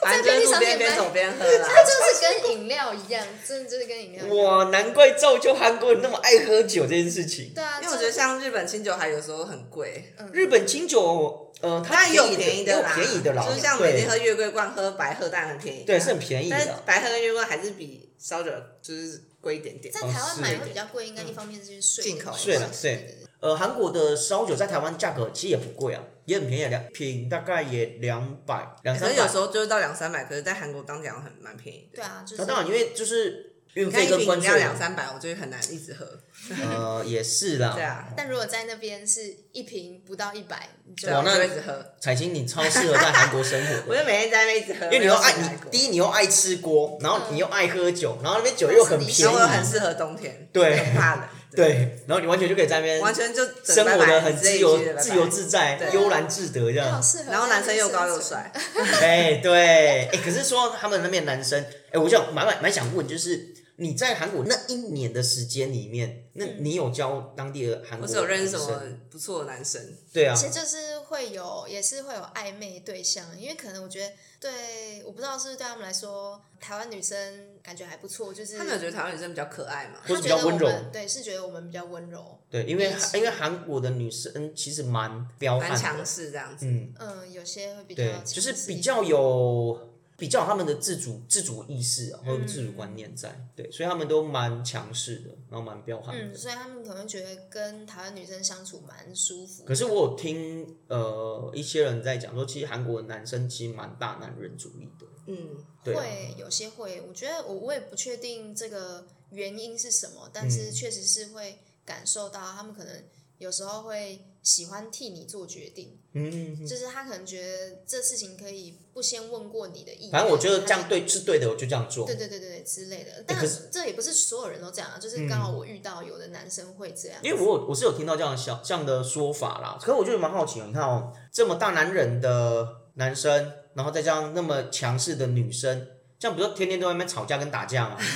S1: 反正就是路边边走边喝啦。
S3: 它就是跟饮料一样，真的就是跟饮料一样，
S2: 哇，难怪造就韩国人那么爱喝酒这件事情。
S3: 对啊，
S1: 因为我觉得像日本清酒还有时候很贵，
S2: 日本清酒，呃，它
S1: 然有
S2: 便宜
S1: 便
S2: 的，也有
S1: 啦，
S2: 便宜的啦，
S1: 就是像每天喝月桂冠、喝白喝，当然很便宜
S2: 对，
S1: 啦，
S2: 对，是很便宜
S1: 但是
S2: 的。
S1: 白喝跟月冠还是比烧酒就是贵一点点
S3: 在。
S2: 哦
S3: 台湾
S2: 是
S3: 买会比较贵，应该一方面是因为税的
S1: 进口
S3: 关
S2: 税
S3: 系
S2: 了税
S3: 对对对
S2: 呃，韩国的烧酒在台湾价格其实也不贵啊，也很便宜啊，两瓶大概也两百两
S1: 可
S2: 三
S1: 是有
S2: 百
S1: 时。候就是到两三百，可是在韩国当讲很蛮便宜的。
S3: 对啊，就是
S2: 那当然，因为就是运
S1: 你看
S2: 费
S1: 一
S2: 跟
S1: 瓶
S2: 关
S1: 饮料
S2: 税，
S1: 两三百，我就很难一直喝。
S2: 呃，也是啦。
S1: 对啊，
S3: 但如果在那边是一瓶不到一百，你就
S1: 对啊，
S2: 哇
S1: 我
S2: 那
S1: 就一直喝，
S2: 彩青，你超适合在韩国生活
S1: 我
S2: 的，
S1: 就每天在那边一直喝，
S2: 因为你又爱
S1: 没有起来
S2: 你
S1: 过
S2: 第一你又爱吃锅，然后你又爱喝酒，然后那边酒又很便
S1: 然
S2: 宜
S1: 后我，又很适合冬天，
S2: 对
S1: 很怕冷，，
S2: 对，然后你完全就可以在那边
S1: 完全就
S2: 生活的很自由、自由
S1: 自。
S2: 自在、
S1: 对
S2: 悠然自得这
S3: 你
S2: 样
S3: 好。适合。
S1: 然后男生又高又，帅，
S2: 哎，对，哎，可是说他们那边男生，哎，我想蛮蛮蛮想问，就是你在韩国那一年的时间里面，那你有交当地的韩国？
S1: 嗯我是有认识什么？不错的男生，
S2: 对啊
S3: 其，实就是会有，也是会有暧昧对象，因为可能我觉得对，我不知道是不是对他们来说，台湾女生感觉还不错，就是
S1: 他们有觉得台湾女生比较可爱嘛？
S2: 或
S3: 他
S2: 是比
S3: 觉
S2: 较
S3: 得我
S2: 温
S3: 们
S2: 柔
S3: 对，是觉得我们比较温柔，
S2: 对，因为
S3: 也是
S2: 因为韩国的女生其实蛮彪悍
S1: 蛮
S2: 的
S1: 强，势这样子。
S2: 嗯，
S3: 嗯，有些会比较
S2: 对，
S3: 强
S2: 就是
S3: 势
S2: 比
S3: 一
S2: 较有比较有他们的自主自主意识啊，或者
S3: 嗯
S2: 自主观念在，对，所以他们都蛮强势的，然后蛮彪悍的。
S3: 点，嗯，所以他们可能觉得跟台湾女生相处蛮舒服。
S2: 可是我有听呃一些人在讲说，其实韩国男生其实蛮大男人主义的，
S1: 嗯，
S2: 对啊
S3: 会有些会，我觉得我我也不确
S2: 嗯
S3: 定这个原因是什么，但是确实是会感受到他们可能有时候会喜欢替你做决定，
S2: 嗯，
S3: 就是他可能觉得这事情可以不先问过你的意见，
S2: 反正我觉得这
S3: 他
S2: 样对是对的，我就这样做。
S3: 对对对对对之类的。
S2: 可
S3: 但
S2: 是嗯
S3: 这也不是所有人都这样啊，就是刚好我遇到有的男生会这样，
S2: 因为我有我是有听到这样的小这样的说法啦，可是我就蛮好奇哦，你看哦，这么大男人的男生，然后再加上那么强势的女生，这样不就天天都在那边吵架跟打架吗？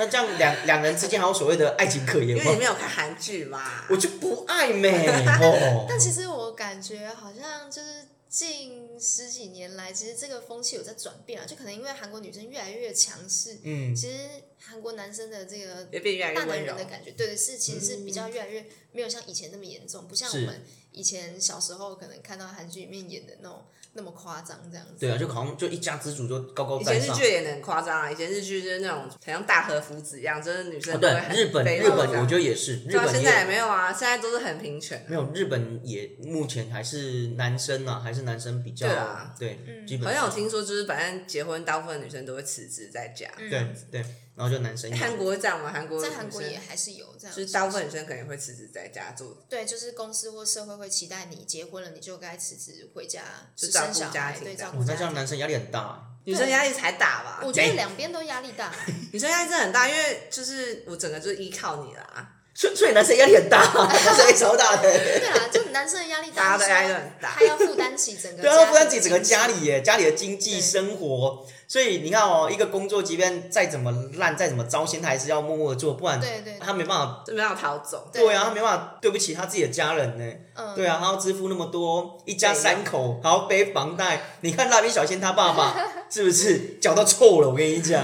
S2: 那这样两两人之间还有所谓的爱情可
S1: 因
S2: 言
S1: 为你
S2: 吗？
S1: 没有看韩剧嘛。
S2: 我就不爱美 哦。
S3: 但其实我感觉好像就是近十几年来，其实这个风气有在转变啊，就可能因为韩国女生越来越强势，
S2: 嗯，
S3: 其实韩国男生的这个
S1: 也变越来越
S3: 大
S1: 温
S3: 男
S1: 柔嗯
S3: 人的，感觉，对，是其实是比较越来越没有像以前那么严重，不像我
S2: 是
S3: 们以前小时候可能看到韩剧里面演的那种那么夸张这样子。
S2: 对啊，就好像就一家之主就高高
S1: 以
S2: 在
S1: 前日
S2: 上。
S1: 剧演的很夸张啊，以前日剧就是那种好像大和福子一样，就是女生
S2: 哦，
S1: 都
S2: 对
S1: 会，很
S2: 日本
S1: 卑微
S2: 日本
S1: 这样
S2: 我觉得也是，日
S1: 对啊，
S2: 本
S1: 现
S2: 也
S1: 在也没有啊，现在都是很平权啊。
S2: 没有日本也目前还是男生啊，还是男生比较
S1: 对啊
S2: 对
S3: 嗯
S2: 基本
S1: 好像
S2: 上
S1: 有听说，就是反正结婚，大部分女生都会辞职在家。
S3: 嗯
S2: 对对，然后就男生一样
S1: 韩国会这样吗？韩国
S3: 在韩国
S1: 女
S3: 也
S1: 生
S3: 还是有这样，
S1: 就是大部分女生可能会辞职在家做，
S3: 对，就是公司或社会会期待你结婚了，你就该辞职回家
S1: 就照
S3: 生
S1: 顾
S3: 小
S1: 家
S3: 孩，
S1: 庭
S3: 对，
S1: 这样
S3: 照
S2: 哇
S3: 顾
S2: 那
S3: 家
S2: 这样
S3: 庭。
S2: 男生压力很大
S1: 女生压力才大吧？
S3: 我觉得
S2: 哎
S3: 两边都压力大，
S1: 女生压力真的很大，因为就是我整个就是依靠你啦，
S2: 欸，所以所以男生压力很大，男生也超大的欸，
S3: 对啊，就男生的压力
S1: 大
S3: 大，
S1: 家都压力都很大
S3: 他。要负担起整个，
S2: 对啊，负担起整个家里，耶，家里的经济
S3: 对
S2: 生活，所以你看哦，一个工作即便再怎么烂，再怎么糟心，他还是要默默的做，不然
S3: 对对，
S2: 他没办法，
S1: 就没办法逃走，
S3: 对
S2: 对啊，他没办法对不起他自己的家人呢。
S3: 嗯，
S2: 对啊，他要支付那么多，一家三口还要背房贷。你看蜡笔小新他爸爸是不是脚都臭了？我跟你讲，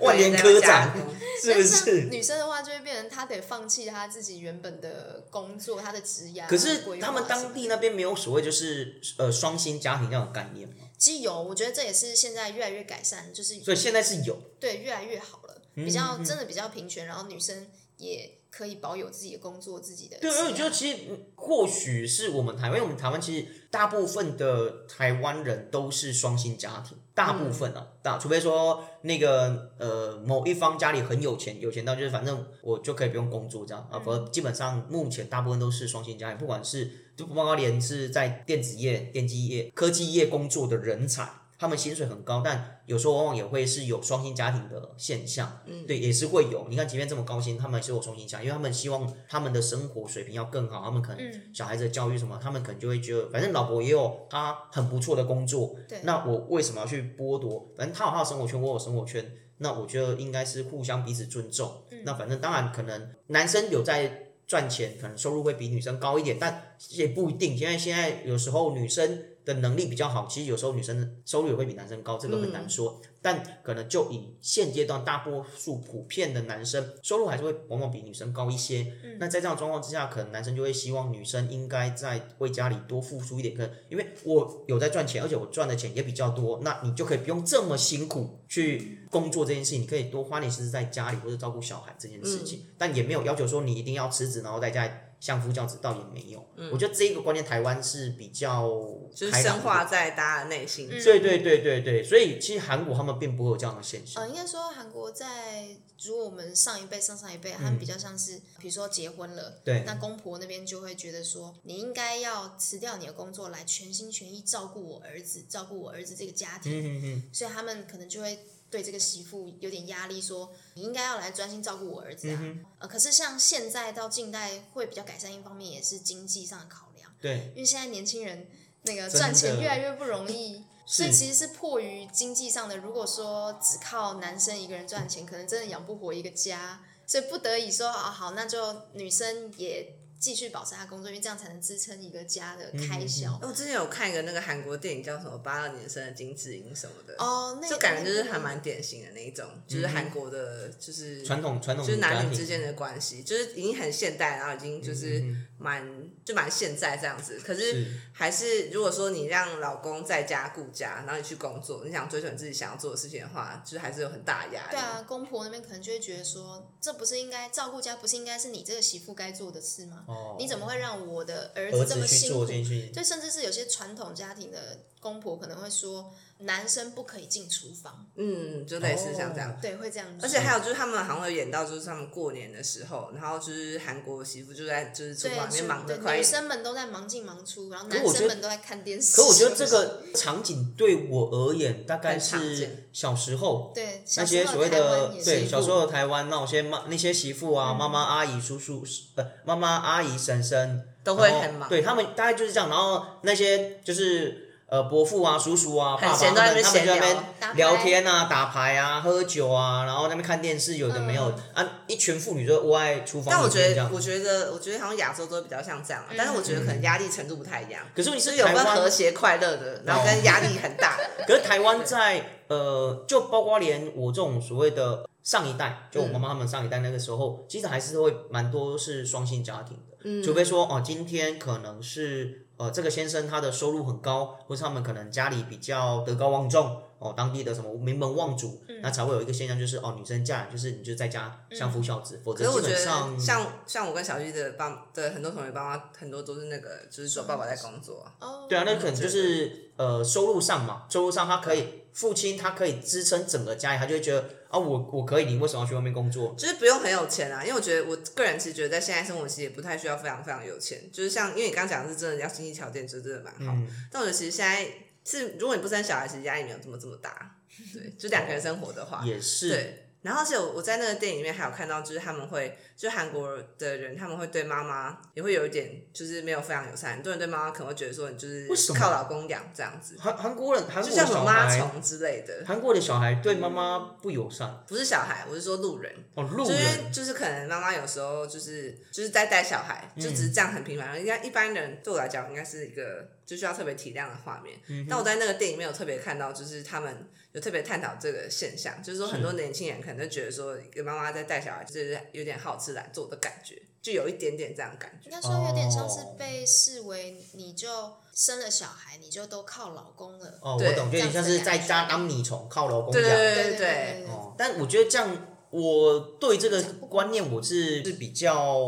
S2: 万年科
S1: 对
S2: 长
S1: 在家里
S2: 是不
S3: 但像
S2: 是？
S3: 女生的话，就会变成她得放弃她自己原本的工作，她的职业。啊
S2: 可是
S3: 规划
S2: 他们
S3: 什
S2: 当
S3: 么
S2: 地那边没有所谓就是呃双薪家庭这样的概念嘛，
S3: 其实有，我觉得这也是现在越来越改善，就是
S2: 所以嗯现在是有，
S3: 对越来越好了，比较真的比较平权，然后女生也可以保有自己的工作，自己的啊
S2: 对，因
S3: 职
S2: 为
S3: 业
S2: 我觉得其实嗯或许是我们台湾，因为我们台湾其实大部分的台湾人都是双薪家庭，大部分啊，大除非说那个呃某一方家里很有钱，有钱到就是反正我就可以不用工作这样啊，不过基本上目前大部分都是双薪家庭，不管是就包括连是在电子业、电机业、科技业工作的人才。他们薪水很高，但有时候往往也会是有双薪家庭的现象。对，也是会有。你看，即便这么高薪，他们也是有重新想，因为他们希望他们的生活水平要更好，他们可能
S3: 嗯
S2: 小孩子的教育什么，他们可能就会觉得，反正老婆也有她很不错的工作，
S3: 对
S2: 那我为什么要去剥夺？反正他有他的生活圈，我有生活圈，那我觉得应该是互相彼此尊重。那反正当然可能男生有在。赚钱可能收入会比女生高一点，但也不一定。因为现在有时候女生的能力比较好，其实有时候女生的收入也会比男生高，这个很难说。但可能就以现阶段大多数普遍的男生收入还是会往往比女生高一些。那在这样的状况之下，可能男生就会希望女生应该在为家里多付出一点，可能因为我有在赚钱，而且我赚的钱也比较多，那你就可以不用这么辛苦去工作这件事情，你可以多花点心思在家里或者照顾小孩这件事
S1: 嗯
S2: 情，但也没有要求说你一定要辞职然后在家里相夫教子，倒也没有。我觉得这一个观念台湾是比较
S1: 嗯就是
S2: 开朗
S1: 深
S2: 一点
S1: 化在大家的内心。
S3: 嗯
S2: 对对对对对，所以其实韩国他们并不会有这样的现象。
S3: 呃，应该说韩国在如果我们上一辈、上上一辈，他
S2: 嗯
S3: 们比较像是，比如说结婚
S1: 呃
S3: 了，
S2: 对
S3: 那公婆那边就会觉得说，你应该要辞掉你的工作来全心全意照顾我儿子，照顾我儿子这个家庭，
S2: 嗯嗯
S3: 所以他们可能就会对这个媳妇有点压力说，你应该要来专心照顾我儿
S2: 嗯
S3: 子啊。呃，可是像现在到近代会比较改善，一方面也是经济上的考量，
S2: 对，
S3: 因为现在年轻人那个
S2: 真的
S3: 赚钱越来越不容易。所以
S2: 是
S3: 其实是迫于经济上的，如果说只靠男生一个人赚钱，可能真的养不活一个家，所以不得已说啊，好，那就女生也继续保持她工作，因为这样才能支撑一个家的开销。
S1: 哦我之前有看一个那个韩国电影叫什么《八二年生的金智英》什么的，
S3: 哦，那
S1: 嗯就感觉就是还蛮典型的那一种，就是韩国的，就是
S2: 嗯传统传统
S1: 就是
S2: 家
S1: 男女
S2: 庭嗯
S1: 之间的关系，就是已经很现代，然后已经就是蛮就蛮现在这样子。可是
S2: 是
S1: 还是如果说你让老公在家顾家，然后你去工作，你想追求你自己想要做的事情的话，就是还是有很大的压力。
S3: 对啊，公婆那边可能就会觉得说，这不是应该照顾家，不是应该是你这个媳妇该做的事吗？
S2: 哦，
S3: 你怎么会让我的儿
S2: 儿
S3: 这么
S2: 去
S3: 辛
S2: 做
S3: 苦
S2: 这？件事情？
S3: 就甚至是有些传统家庭的公婆可能会说男生不可以进厨房，
S1: 嗯，就类似像这
S2: 哦
S1: 样。
S3: 对，会这样子。
S1: 而且还有就是他们好像会演到就是他们过年的时候，然后就是韩国媳妇就在就是厨
S3: 对
S1: 房里面
S3: 是
S1: 忙得
S3: 对
S1: 快
S3: 女
S1: 一点，
S3: 生们都在忙进忙出，然后
S2: 可
S3: 男
S2: 我觉
S3: 生
S2: 得
S3: 们都在看电视。
S2: 可我觉得这个场景对我而言，大概
S1: 很常见
S2: 是小时候
S3: 对
S2: 那
S3: 小时
S2: 些
S3: 候
S2: 所谓
S3: 台湾
S2: 的
S3: 也
S2: 对
S3: 是
S2: 小时候的台湾那些妈那些媳妇啊，
S3: 嗯
S2: 妈妈、阿姨、叔叔，呃，妈妈、阿姨、婶婶
S1: 都
S2: 然
S1: 会
S2: 后
S1: 很忙。
S2: 哦对他们大概就是这样。然后那些就是呃伯父啊、叔叔啊、
S1: 很
S2: 爸爸
S1: 闲
S2: 他
S1: 都在那
S2: 们，
S1: 边
S2: 他们就在那
S1: 闲
S2: 边
S1: 聊
S3: 打牌
S2: 聊天啊、打牌啊、喝酒啊，然后在那边看电视，有的没有、啊，一群妇女就窝在厨
S1: 嗯
S2: 房
S1: 但我
S2: 里面
S1: 觉
S2: 这
S1: 得，
S2: 样。
S1: 我觉得，我觉得好像亚洲都比较像这样啊，
S3: 嗯
S1: 但是我觉得可能压力程度不太一样。
S2: 可是你
S1: 就是
S2: 是
S1: 有
S2: 台
S1: 分和
S2: 湾，
S1: 谐快乐的，然后跟压力很大 的。
S2: 可是台湾在呃，就包括连我这种所谓的上一代，就我妈妈他们上一代那个时候，其实还是会蛮多是双薪家庭的。
S1: 嗯
S2: 除非说哦，今天可能是呃这个先生他的收入很高，或是他们可能家里比较德高望重哦，当地的什么名门望族，
S1: 嗯
S2: 那才会有一个现象就是哦，女生嫁人就是你就在家相夫教子，否
S1: 可
S2: 则
S1: 是我
S2: 基
S1: 觉
S2: 本
S1: 得
S2: 上
S1: 像像我跟小玉的爸的很多同学爸妈很多都是那个，就是说爸爸在工作啊，
S3: 哦，
S2: 对啊，那可
S1: 嗯
S2: 能就
S1: 对
S2: 是呃收入上嘛，
S1: 嗯
S2: 收入上他可以。父亲他可以支撑整个家里，他就会觉得啊，我我可以，你为什么要去外面工作？
S1: 就是不用很有钱啊，因为我觉得我个人其实觉得在现在生活其实也不太需要非常非常有钱，就是像因为你刚刚讲的是真的要经济条件就真的蛮好，
S2: 嗯，
S1: 但我觉得其实现在是如果你不生小孩，其实压力没有这么这么大，对，就两个人生活的话，
S2: 哦也是，
S1: 对，然后而且我我在那个电影里面还有看到，就是他们会，就是韩国的人他们会对妈妈也会有一点，就是没有非常友善。很多人对妈妈可能会觉得说你就
S2: 为什
S1: 是
S2: 么哦
S1: 靠老公养这样子，
S2: 韩韩国人，韩
S1: 就
S2: 国的
S1: 像我
S2: 小
S1: 妈
S2: 孩，
S1: 虫之类的，
S2: 韩国的小孩对妈妈不友善
S1: 不是小孩，我是说路人。
S2: 哦，路
S1: 嗯就是因
S2: 人
S1: 为就是可能妈妈有时候就是就是在带小孩，就只
S2: 嗯
S1: 是这样很频繁。应该一般人对我来讲，应该是一个就需要特别体谅的画面。
S2: 嗯
S1: 但我在那个电影里面有特别看到，就是他们有特别探讨这个现象，就是说很多年轻人可能就觉得说，一个妈妈在带小孩就是有点好吃懒做的感觉，就有一点点这样的感觉。
S3: 应该说有点像是
S2: 哦
S3: 被视为你就生了小孩，你就都靠老公了。
S2: 哦，我
S1: 对
S2: 懂，就有点像是在家当米虫，靠老公
S1: 对
S2: 这
S1: 对对
S2: 样。
S1: 对
S3: 对
S1: 对，
S2: 哦，但我觉得这样，我对这个观念我是是比较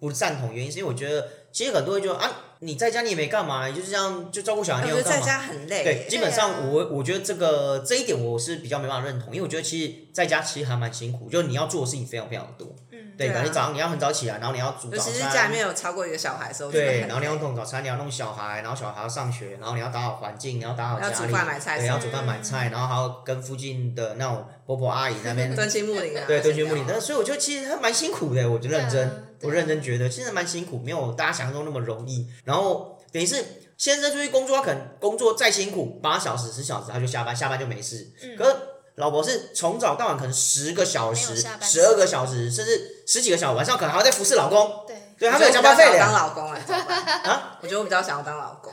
S2: 不赞同，原因是因为我觉得其实很多人就啊，你在家你也没干嘛，你就是这样就照顾小
S1: 我
S2: 啊孩，你
S1: 觉
S2: 要
S1: 得呃在
S2: 干嘛？
S1: 家很累
S2: 对，
S1: 耶。
S2: 基本
S3: 对啊
S2: 上我我觉得这个这一点我是比较没办法认同，因为我觉得其实在家其实还蛮辛苦，就是你要做的事情非常非常多。
S3: 嗯，
S1: 对
S2: 对，
S1: 啊
S2: 可能你早上你要很早起来，然后你要煮
S1: 尤
S2: 早
S1: 其是家里
S2: 餐，
S1: 面有超过一个小孩的时候，真的
S2: 对，
S1: 很
S2: 然后你要
S1: 累
S2: 弄早餐，你要弄小孩，然后小孩要上学，然后你要打扫环境，你要打扫
S1: 要
S2: 家
S1: 煮
S2: 里，
S1: 饭买菜
S2: 对，
S1: 什
S2: 要
S1: 么
S2: 煮饭买菜，然后还要跟附近的那种婆婆阿姨那边
S1: 的，敦亲睦邻啊，
S2: 对，敦亲睦邻。
S1: 这样
S2: 但是所以我觉得其实还蛮辛苦的，我就认
S3: 对
S2: 真，
S3: 啊对
S2: 我认真觉得其实蛮辛苦，没有大家想象中那么容易。然后等于是先生出去工作，他可能工作再辛苦，八小时、十小时他就下班，下班就没事。
S3: 嗯
S2: 可是老婆是从早到晚可能十个小时
S3: 没有下、班
S2: 十二个小时，甚至十几个小时，晚上可能还要再服侍老公，
S3: 对，
S2: 对，他
S1: 我
S2: 没有
S1: 觉
S2: 加
S1: 得我
S2: 班
S1: 比较想当
S2: 费的。啊
S1: 老公 哎、怎么办
S3: 啊
S1: 我觉得我比较想要当老公。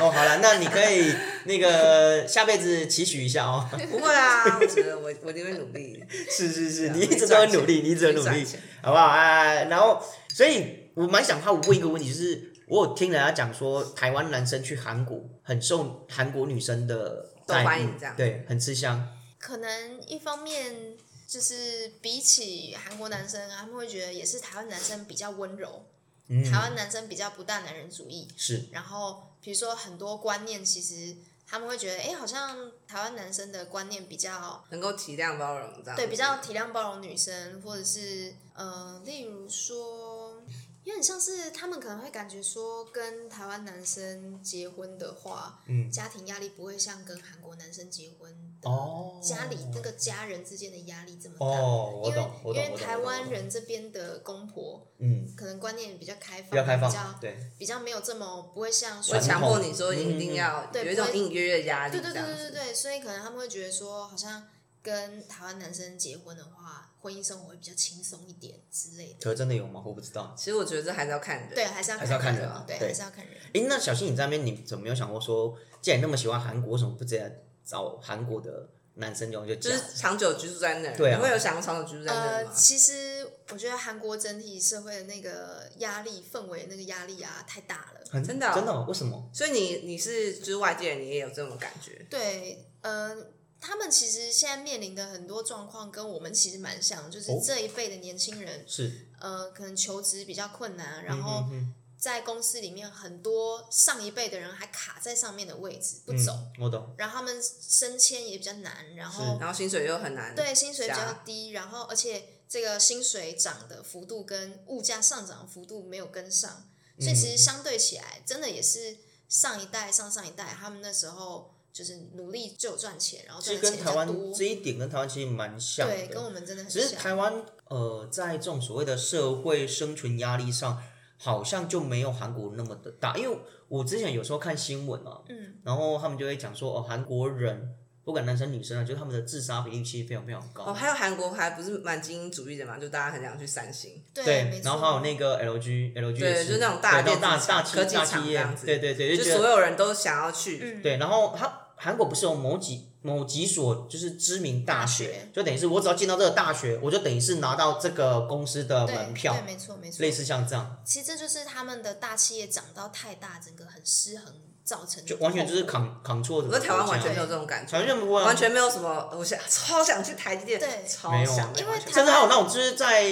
S2: 哦，好了，那你可以那个下辈子期许一下哦。
S1: 不会啊，我觉得我我一定会努 力。
S2: 是是是，
S1: 啊
S2: 你一直都很努力，
S1: 可
S2: 你
S1: 以
S2: 一直很
S1: 可以
S2: 努
S1: 赚
S2: 力。
S1: 钱
S2: 好不好啊？然后，所以我蛮想怕我问一个问题，就是我有听人家讲说，台湾男生去韩国很受韩国女生的待遇
S1: 受欢迎这样
S2: 对，很吃香。
S3: 可能一方面就是比起韩国男生啊，他们会觉得也是台湾男生比较温柔，
S2: 嗯，
S3: 台湾男生比较不大男人主义。
S2: 是
S3: 然后比如说很多观念，其实他们会觉得，哎，好像台湾男生的观念比较
S1: 能够体谅包容这样。
S3: 对，比较体谅包容女生，或者是呃，例如说。有点像是他们可能会感觉说，跟台湾男生结婚的话，
S2: 嗯
S3: 家庭压力不会像跟韩国男生结婚的
S2: 哦，
S3: 家里那个家人之间的压力这么大。
S2: 哦，我
S3: 因为
S2: 懂，我懂，我
S3: 因为
S2: 懂
S3: 台湾，
S2: 我懂
S3: 人这边的公婆
S2: 嗯，
S3: 可能观念比较开放，
S2: 比较开放
S3: 比较，
S2: 对，
S3: 比较没有这么不会像说
S1: 会
S2: 传
S1: 强
S2: 统
S1: 迫你说你一定
S3: 嗯
S1: 要
S3: 嗯嗯
S1: 有一种隐隐约约的压力
S3: 对
S1: 这
S3: 对
S1: 样
S3: 对对
S1: 子。
S3: 对对，所以可能他们会觉得说，好像跟台湾男生结婚的话，婚姻生活会比较轻松一点之类的。
S2: 可是真的有吗？我不知道。
S1: 其实我觉得这还是要看人。
S3: 对，，还是要
S2: 还是要看
S3: 人
S2: 人啊
S3: 对，
S2: 对
S3: 还是要看人。
S2: 诶，那小新你在那边，你怎么没有想过说，既然你那么喜欢韩国，为什么不直接找韩国的男生就就
S1: 就
S2: 嫁？
S1: 是长久居住在那儿，
S2: 对啊
S1: 你会有想要长久居住在那儿
S3: 呃，
S1: 吗？
S3: 其实我觉得韩国整体社会的那个压力氛围，那个压力啊，太大了。
S2: 很
S1: 真的哦
S2: 真的哦为什么？
S1: 所以你你是就是外地人，你也有这种感觉。
S3: 对，呃，他们其实现在面临的很多状况跟我们其实蛮像，就是
S2: 哦
S3: 这一辈的年轻人，
S2: 是
S3: 呃，可能求职比较困难，然后
S2: 嗯嗯嗯
S3: 在公司里面很多上一辈的人还卡在上面的位置不
S2: 嗯
S3: 走，
S2: 我懂，
S3: 然后他们升迁也比较难，然后
S1: 然后薪水又很难，
S3: 对，薪水比较
S1: 下
S3: 低，然后而且这个薪水涨的幅度跟物价上涨的幅度没有跟上，
S2: 嗯
S3: 所以其实相对起来，真的也是上一代、上上一代他们那时候就是努力就有赚钱，然后
S2: 其
S3: 赚
S2: 实
S3: 的钱
S2: 跟
S3: 比
S2: 台
S3: 较
S2: 湾
S3: 多
S2: 这，一点跟台湾其实蛮像
S3: 对，跟
S2: 的，
S3: 我们真的很
S2: 只是
S3: 像。
S2: 台湾呃在这种所谓的社会生存压力上，好像就没有韩国那么的大，因为我之前有时候看新闻啊，
S3: 嗯，
S2: 然后他们就会讲说哦韩国人。不管男生女生啊，就是他们的自杀比例其实非常非常高。
S1: 哦，还有韩国还不是蛮精英主义的嘛，就大家很想去三星，
S3: 没错。
S2: 然后还有那个 LG，LG
S1: 对，就那种大
S2: 大大
S1: 电子
S2: 大
S1: 厂
S2: 企
S1: 科技
S2: 大
S1: 厂
S2: 企
S1: 这
S2: 业
S1: 样，子
S2: 对对对，
S1: 就
S2: 觉得
S1: 所有人都想要去，
S3: 嗯，
S2: 对，然后他韩国不是有某几某几所就是知名大
S3: 大
S2: 学
S3: 学，
S2: 就等于是我只要进到这个大学，我就等于是拿到这个公司的
S3: 对
S2: 门票
S3: 对，，没错没错
S2: 类。似像这样，
S3: 其实这就是他们的大企业长到太大，整个很失衡造成的
S2: 就完全就是
S3: 后果
S2: 扛扛错。
S1: 我在台湾完全没
S2: 台
S1: 有这种感觉，
S2: 湾就不会啊
S1: 完全没有什么，我想超想去台积电，
S3: 对
S1: 超
S2: 没有啊
S1: 想的，
S3: 因为
S1: 完全
S2: 甚至还有那种就是在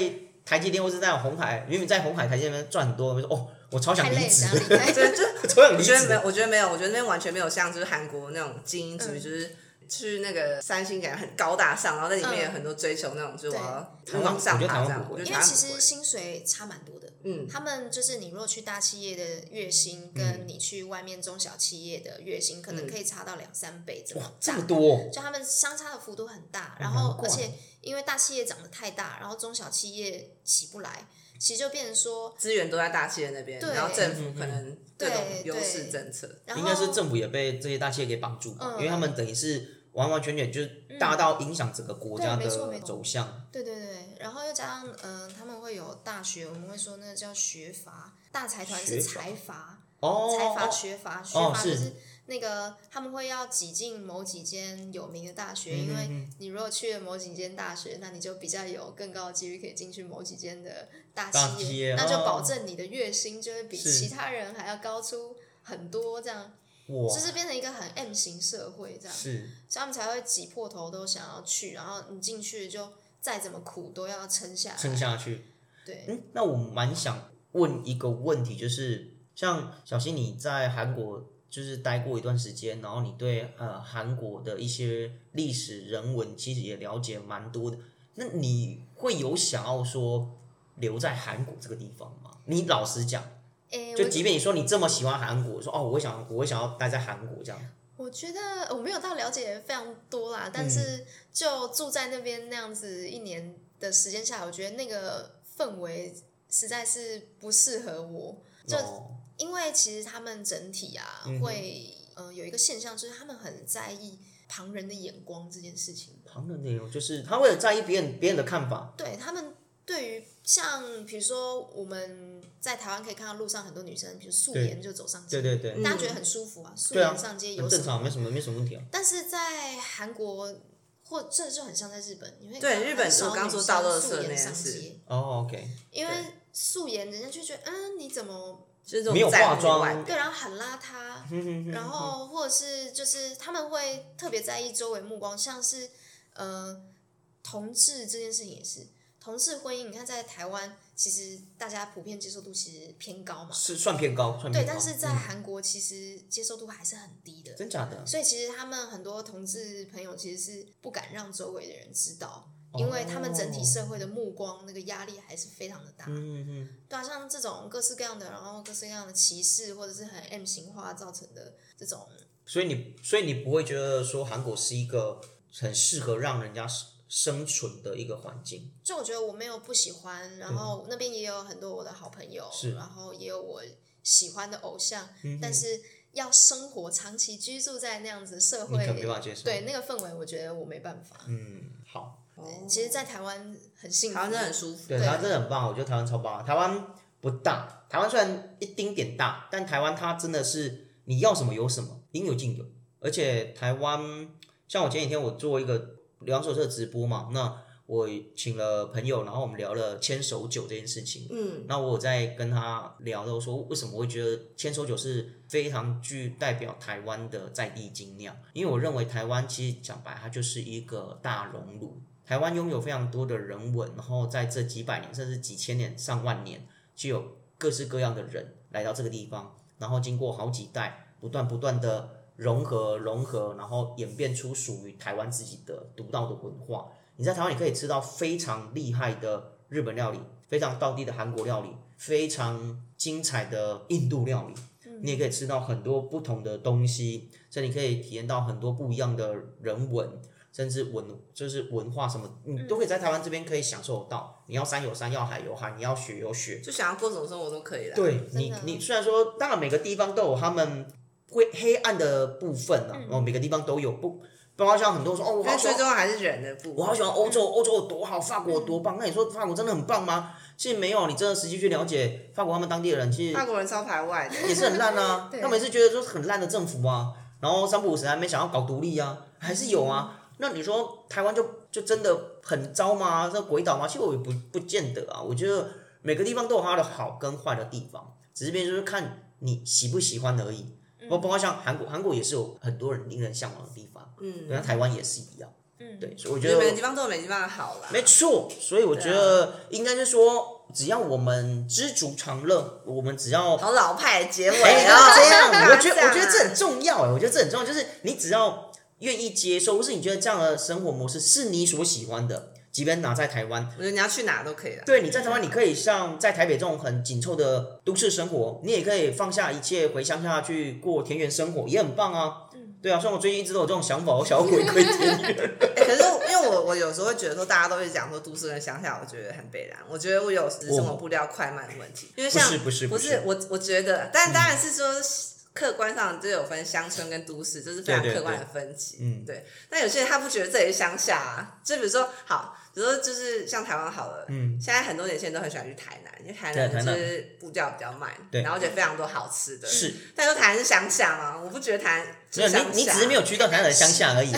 S2: 台积电或是在红海，明明在红海台积电那边赚很多，我就说哦，我超想
S3: 太
S2: 离
S3: 累了，
S2: 职
S3: 想，离开。
S1: 对，就
S2: 超想
S1: 我
S2: 离
S1: 觉得没有
S2: 职，，
S1: 我觉得没有，我觉得那边完全没有像就是韩国那种精英主义，
S3: 嗯
S1: 就是去那个三星感觉很高大上，然后在里面
S3: 嗯
S1: 有很多追求那种，就是我
S2: 台
S1: 要
S2: 湾
S1: 往上
S2: 我觉得台
S1: 爬
S2: 湾
S1: 这样。
S2: 不
S1: 我
S2: 会
S1: 觉得台
S3: 因为
S1: 湾
S3: 其
S1: 不
S3: 实
S1: 会。
S3: 薪水差蛮多的，
S1: 嗯，
S3: 他们就是你若去大企业的月薪，
S2: 嗯
S3: 跟你去外面中小企业的月薪，可能可以差到两三倍这
S2: 哇
S3: 么，
S2: 这
S3: 大
S2: 么，多，
S3: 就他们相差的幅度很大。
S2: 难
S3: 然后
S2: 怪
S3: 而且因为大企业涨得太大，然后中小企业起不来，其实就变成说，
S1: 资源都在大企业那边，
S3: 对
S1: 然后政
S2: 嗯
S1: 府可能各种
S3: 对
S1: 优势
S3: 对
S1: 政策，
S3: 然
S2: 应
S3: 后
S2: 该是政府也被这些大企业给绑住吧，
S3: 嗯
S2: 因为他们等于是完完全全就是大到影响整个国家
S3: 对没错
S2: 的
S3: 没错
S2: 走向。
S3: 对对对，然后又加上嗯、呃他们会有大学，我们会说那叫学阀，大财团是
S2: 学阀
S3: 财阀。
S2: 哦，
S3: 财阀、
S2: 哦
S3: 学阀、学
S2: 哦
S3: 阀
S2: 是
S3: 就是那个他们会要挤进某几间有名的大
S2: 嗯
S3: 学，因为你如果去了某几间大学，那你就比较有更高的几率可以进去某几间的大
S2: 大
S3: 企
S2: 企业
S3: 那就
S2: 哦
S3: 保证你的月薪就会比
S2: 是
S3: 其他人还要高出很多，这样
S2: 哇，
S3: 就是变成一个很 M 型社会这样，所
S2: 是
S3: 以他们才会挤破头都想要去，然后你进去就再怎么苦都要撑下来，
S2: 撑下去。
S3: 对，
S2: 嗯，那我蛮想问一个问题，就是像小新你在韩国就是待过一段时间，然后你对呃韩国的一些历史人文其实也了解蛮多的，那你会有想要说留在韩国这个地方吗？你老实讲。
S3: 嗯诶、
S2: 就
S3: 我
S2: 即便你说你这么喜欢韩国，说哦，我想我会想要待在韩国这样，
S3: 我觉得我没有到了解非常多啦，啊
S2: 嗯
S3: 但是就住在那边那样子一年的时间下来，我觉得那个氛围实在是不适合我， 就
S2: 哦、
S3: 因为其实他们整体啊、
S2: 嗯哼
S3: 会呃有一个现象，就是他们很在意旁人的眼光这件事情。
S2: 旁人的容就是他为了在意别人别人的看法，
S3: 对他们对于像比如说我们在台湾可以看到路上很多女生，比如素
S2: 对
S3: 颜就走上
S2: 对
S3: 街，
S2: 对对，
S1: 嗯
S3: 大家觉得很舒服啊，素
S2: 对啊
S3: 颜上街有
S2: 很
S3: 什
S2: 正
S3: 么
S2: 常，没什么没什么问题啊。
S3: 但是在韩国或这就很像在日本，因为
S1: 对日本
S3: 很少
S1: 我刚说
S3: 女生
S1: 大乐色
S3: 素颜
S1: 那件
S3: 上
S1: 事
S3: 街，
S2: 哦，OK，
S3: 因
S1: 对
S3: 为素颜人家就觉得嗯你怎么
S1: 就是这
S2: 没有
S1: 种在
S2: 化
S1: 乎
S2: 妆
S1: 外表
S3: 对，然后很邋遢，然 后或者是就是他们会特别在意周围目光，像是呃同志这件事情也是。同志婚姻，你看在台湾，其实大家普遍接受度其实偏高嘛，
S2: 是算偏高，算
S3: 对，
S2: 偏高。
S3: 但是在
S2: 嗯
S3: 韩国其实接受度还是很低的。
S2: 真假的，
S3: 所以其实他们很多同志朋友其实是不敢让周围的人知道，因为他们整体社会的目光那个压力还是非常的大。
S2: 哦嗯嗯
S3: 对啊，像这种各式各样的，然后各式各样的歧视或者是很 M 型化造成的这种，
S2: 嗯，所以你所以你不会觉得说韩国是一个很适合让人家生生存的一个环境，
S3: 就我觉得我没有不喜欢，然后那边也有很多我的好朋友
S2: 是，嗯
S3: 然后也有我喜欢的偶像，但是要生活长期居住在那样子的社
S2: 你
S3: 会
S2: 可，能没办法接受。
S3: 对，那个氛围，我觉得我没办法。
S2: 嗯，好，
S1: 哦
S3: 其实，在台湾很幸福，
S1: 台湾真的很舒服。
S2: 对，
S3: 对
S2: 台湾真的很棒，我觉得台湾超棒。台湾不大，台湾虽然一丁点大，但台湾它真的是你要什么有什么，应有尽有。而且台湾，像我前几天我做一个流浪手册直播嘛，那我请了朋友，然后我们聊了牵手酒这件事情。
S1: 嗯，
S2: 那我有在跟他聊到说，为什么我会觉得千手酒是非常具代表台湾的在地精酿？因为我认为台湾其实讲白，它就是一个大熔炉。台湾拥有非常多的人文，然后在这几百年甚至几千年、上万年，就有各式各样的人。来到这个地方，然后经过好几代不断不断的融合融合，然后演变出属于台湾自己的独到的文化。你在台湾你可以吃到非常厉害的日本料理，非常道地的韩国料理，非常精彩的印度料理。你也可以吃到很多不同的东西，所以你可以体验到很多不一样的人文，甚至文就是文化什么，你都可以在台湾这边可以享受到。你要山有山，要海有海，你要雪有雪。
S1: 就想要过什么生活都可以啦。
S2: 对你
S3: 真，的
S2: 你虽然说，当然每个地方都有他们灰黑暗的部分
S3: 嗯。
S2: 啊，哦，每个地方都有不，包括像很多人说哦，我
S1: 但
S2: 好喜
S1: 最
S2: 欢，
S1: 终还是人的部分。
S2: 我好喜欢欧洲，欧洲有多好，法国有多棒。那你说法国真的很棒吗？其实没有，你真的实际去了解法国他们当地的人，其实
S1: 法国人超排外的，
S2: 也是很烂啊
S3: 对
S2: 他们也是觉得说很烂的政府啊，然后三不五时还没想要搞独立啊，还是有啊。那你说台湾就就真的很糟吗？这鬼岛吗？其实我也不不见得啊。我觉得每个地方都有它的好跟坏的地方，只是变成就是看你喜不喜欢而已。
S1: 嗯
S2: 包包括像韩国，韩国也是有很多人令人向往的地方，
S1: 嗯，
S2: 那台湾也是一样。
S3: 嗯
S2: 对，所以我
S1: 我觉
S2: 觉
S1: 得
S2: 得
S1: 每个地方都有每个地方的啊好啦。
S2: 没错，所以我觉得应该是说，只要我们知足常乐，我们只要
S1: 好老派的结尾
S2: 哎，然后
S1: 哦，
S2: 这 样，
S1: 干嘛
S2: 我觉得
S1: 样
S2: 我
S1: 啊
S2: 觉得这很重要哎，我觉得这很重要，就是你只要愿意接受，或是你觉得这样的生活模式是你所喜欢的，即便拿在台湾，
S1: 啊我觉得你要去哪都可以啦。
S2: 对你在台湾，你可以像在台北这种很紧凑的都市生活，你也可以放下一切回乡下去过田园生活，也很棒啊。
S1: 嗯
S2: 对啊，虽然我最近一直都有这种想法，我想要回归田 园。
S1: 哎、可是因为我我有时候会觉得说，大家都会讲说都市跟乡下，我觉得很悲然。我觉得我有时生活步调快慢的问题，因为像
S2: 不是不是
S1: 不
S2: 不是嗯
S1: 我我觉得，但当然是说客观上就有分乡村跟都市，这是非常
S2: 对对
S1: 客观的分歧。
S2: 嗯
S1: 对。那有些人他不觉得这里是乡下啊，就比如说好，比如说就是像台湾好了，
S2: 嗯，
S1: 现在很多年轻人都很喜欢去台南，因为台南
S2: 对台
S1: 就
S2: 南
S1: 是步调比较慢，
S2: 对
S1: 然后而且非常多好吃的。
S2: 是，
S1: 但说台南是乡下吗？我不觉得台南
S2: 没有
S1: 是乡
S2: 你，你
S1: 下
S2: 只是 没有去到台南的乡下而已。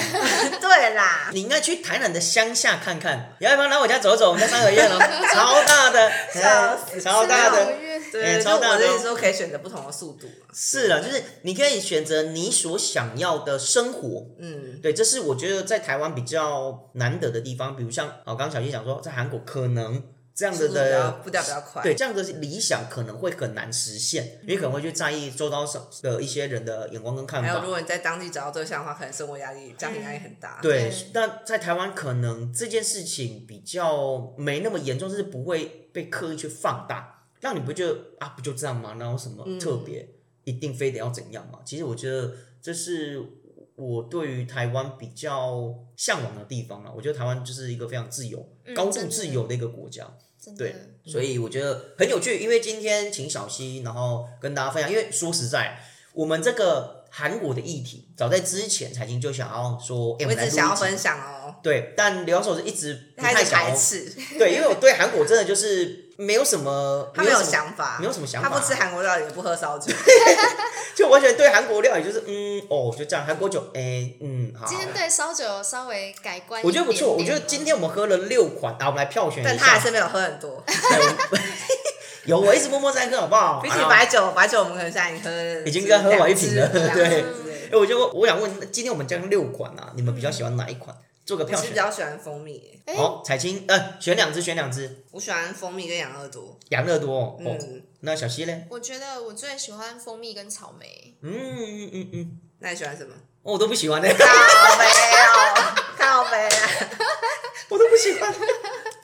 S1: 对啦，
S2: 啊你应该去台南的乡下看看，要不要来我家走走？我们家三 合院哦，超大的，
S1: 笑死
S2: 哎超大
S3: 三合
S2: 的。
S3: 院
S1: 对，
S2: 哎
S1: 就
S2: 超大
S1: 我的
S2: 的
S1: 意
S2: 哦
S1: 思说可以选择不同的速度嘛。
S2: 是了，就是你可以选择你所想要的生活，
S1: 嗯，
S2: 对，这是我觉得在台湾比较难得的地方。比如像哦，刚刚小叶讲说，在韩国可能这样
S1: 速
S2: 子
S1: 度比较
S2: 的
S1: 步调比较快。
S2: 对，这样的理想可能会很难实现，你可能会去在意周遭上的一些人的眼光跟看
S1: 还有如
S2: 法。
S1: 果你在当地找到对象的话，可能生活压力、家庭压力很大。
S2: 对
S3: 对，
S2: 啊但在台湾可能这件事情比较没那么严重，就是不会被刻意去放大，让你不觉得啊不就这样吗？哪有什么特别，一定非得要怎样嘛？其实我觉得这是我对于台湾比较向往的地方啊了。我觉得台湾就是一个非常自由、
S3: 嗯
S2: 高度
S3: 真的
S2: 自由的一个国家。
S3: 真
S2: 对
S3: 的，
S2: 所以我觉得很有趣，因为今天请小溪，然后跟大家分享。因为说实在，我们这个韩国的议题，早在之前财经就想要说，哎、
S1: 我
S2: 们
S1: 一
S2: 来
S1: 直
S2: 录
S1: 想要
S2: 集
S1: 分享哦，
S2: 对，但刘老师一直不
S1: 他一
S2: 太哦
S1: 直
S2: 想
S1: 排
S2: 要，
S1: 斥，
S2: 对，因为我对韩国真的就是没有什么，
S1: 他没有
S2: 什么，
S1: 想法，
S2: 没有什么想
S1: 他
S2: 法，
S1: 不吃韩国料理，也不喝烧 酒。
S2: 就完全对韩国料理就是嗯哦就这样，韩国酒哎、嗯好。
S3: 今天对烧酒稍微改观一
S2: 我觉得
S3: 点点吗，
S2: 不错，我觉得今天我们喝了六款啊，我们来票选一下。
S1: 但他还是没有喝很多，
S2: 有我一直默默在喝，好不好？
S1: 比起
S2: 啊
S1: 白酒，白酒我们可能现在已经喝
S2: 已经该喝完一瓶了
S1: 两支两
S2: 对
S1: 支之类的
S2: 哎、我就我想问，今天我们将六款啊，你们比较喜欢哪一款？做个
S1: 我
S2: 票
S1: 是比
S2: 选。
S1: 较喜欢蜂蜜，
S3: 哎
S2: 好，彩青，呃，选两只，选两只，
S1: 我喜欢蜂蜜跟养乐多。
S2: 养乐多哦。哦
S1: 嗯，
S2: 那小溪嘞？
S3: 我觉得我最喜欢蜂蜜跟草莓，
S2: 嗯嗯嗯嗯，
S1: 那你喜欢什么？
S2: 哦我都不喜欢嘞，
S1: 靠背哦， 靠背啊！
S2: 我都不喜欢。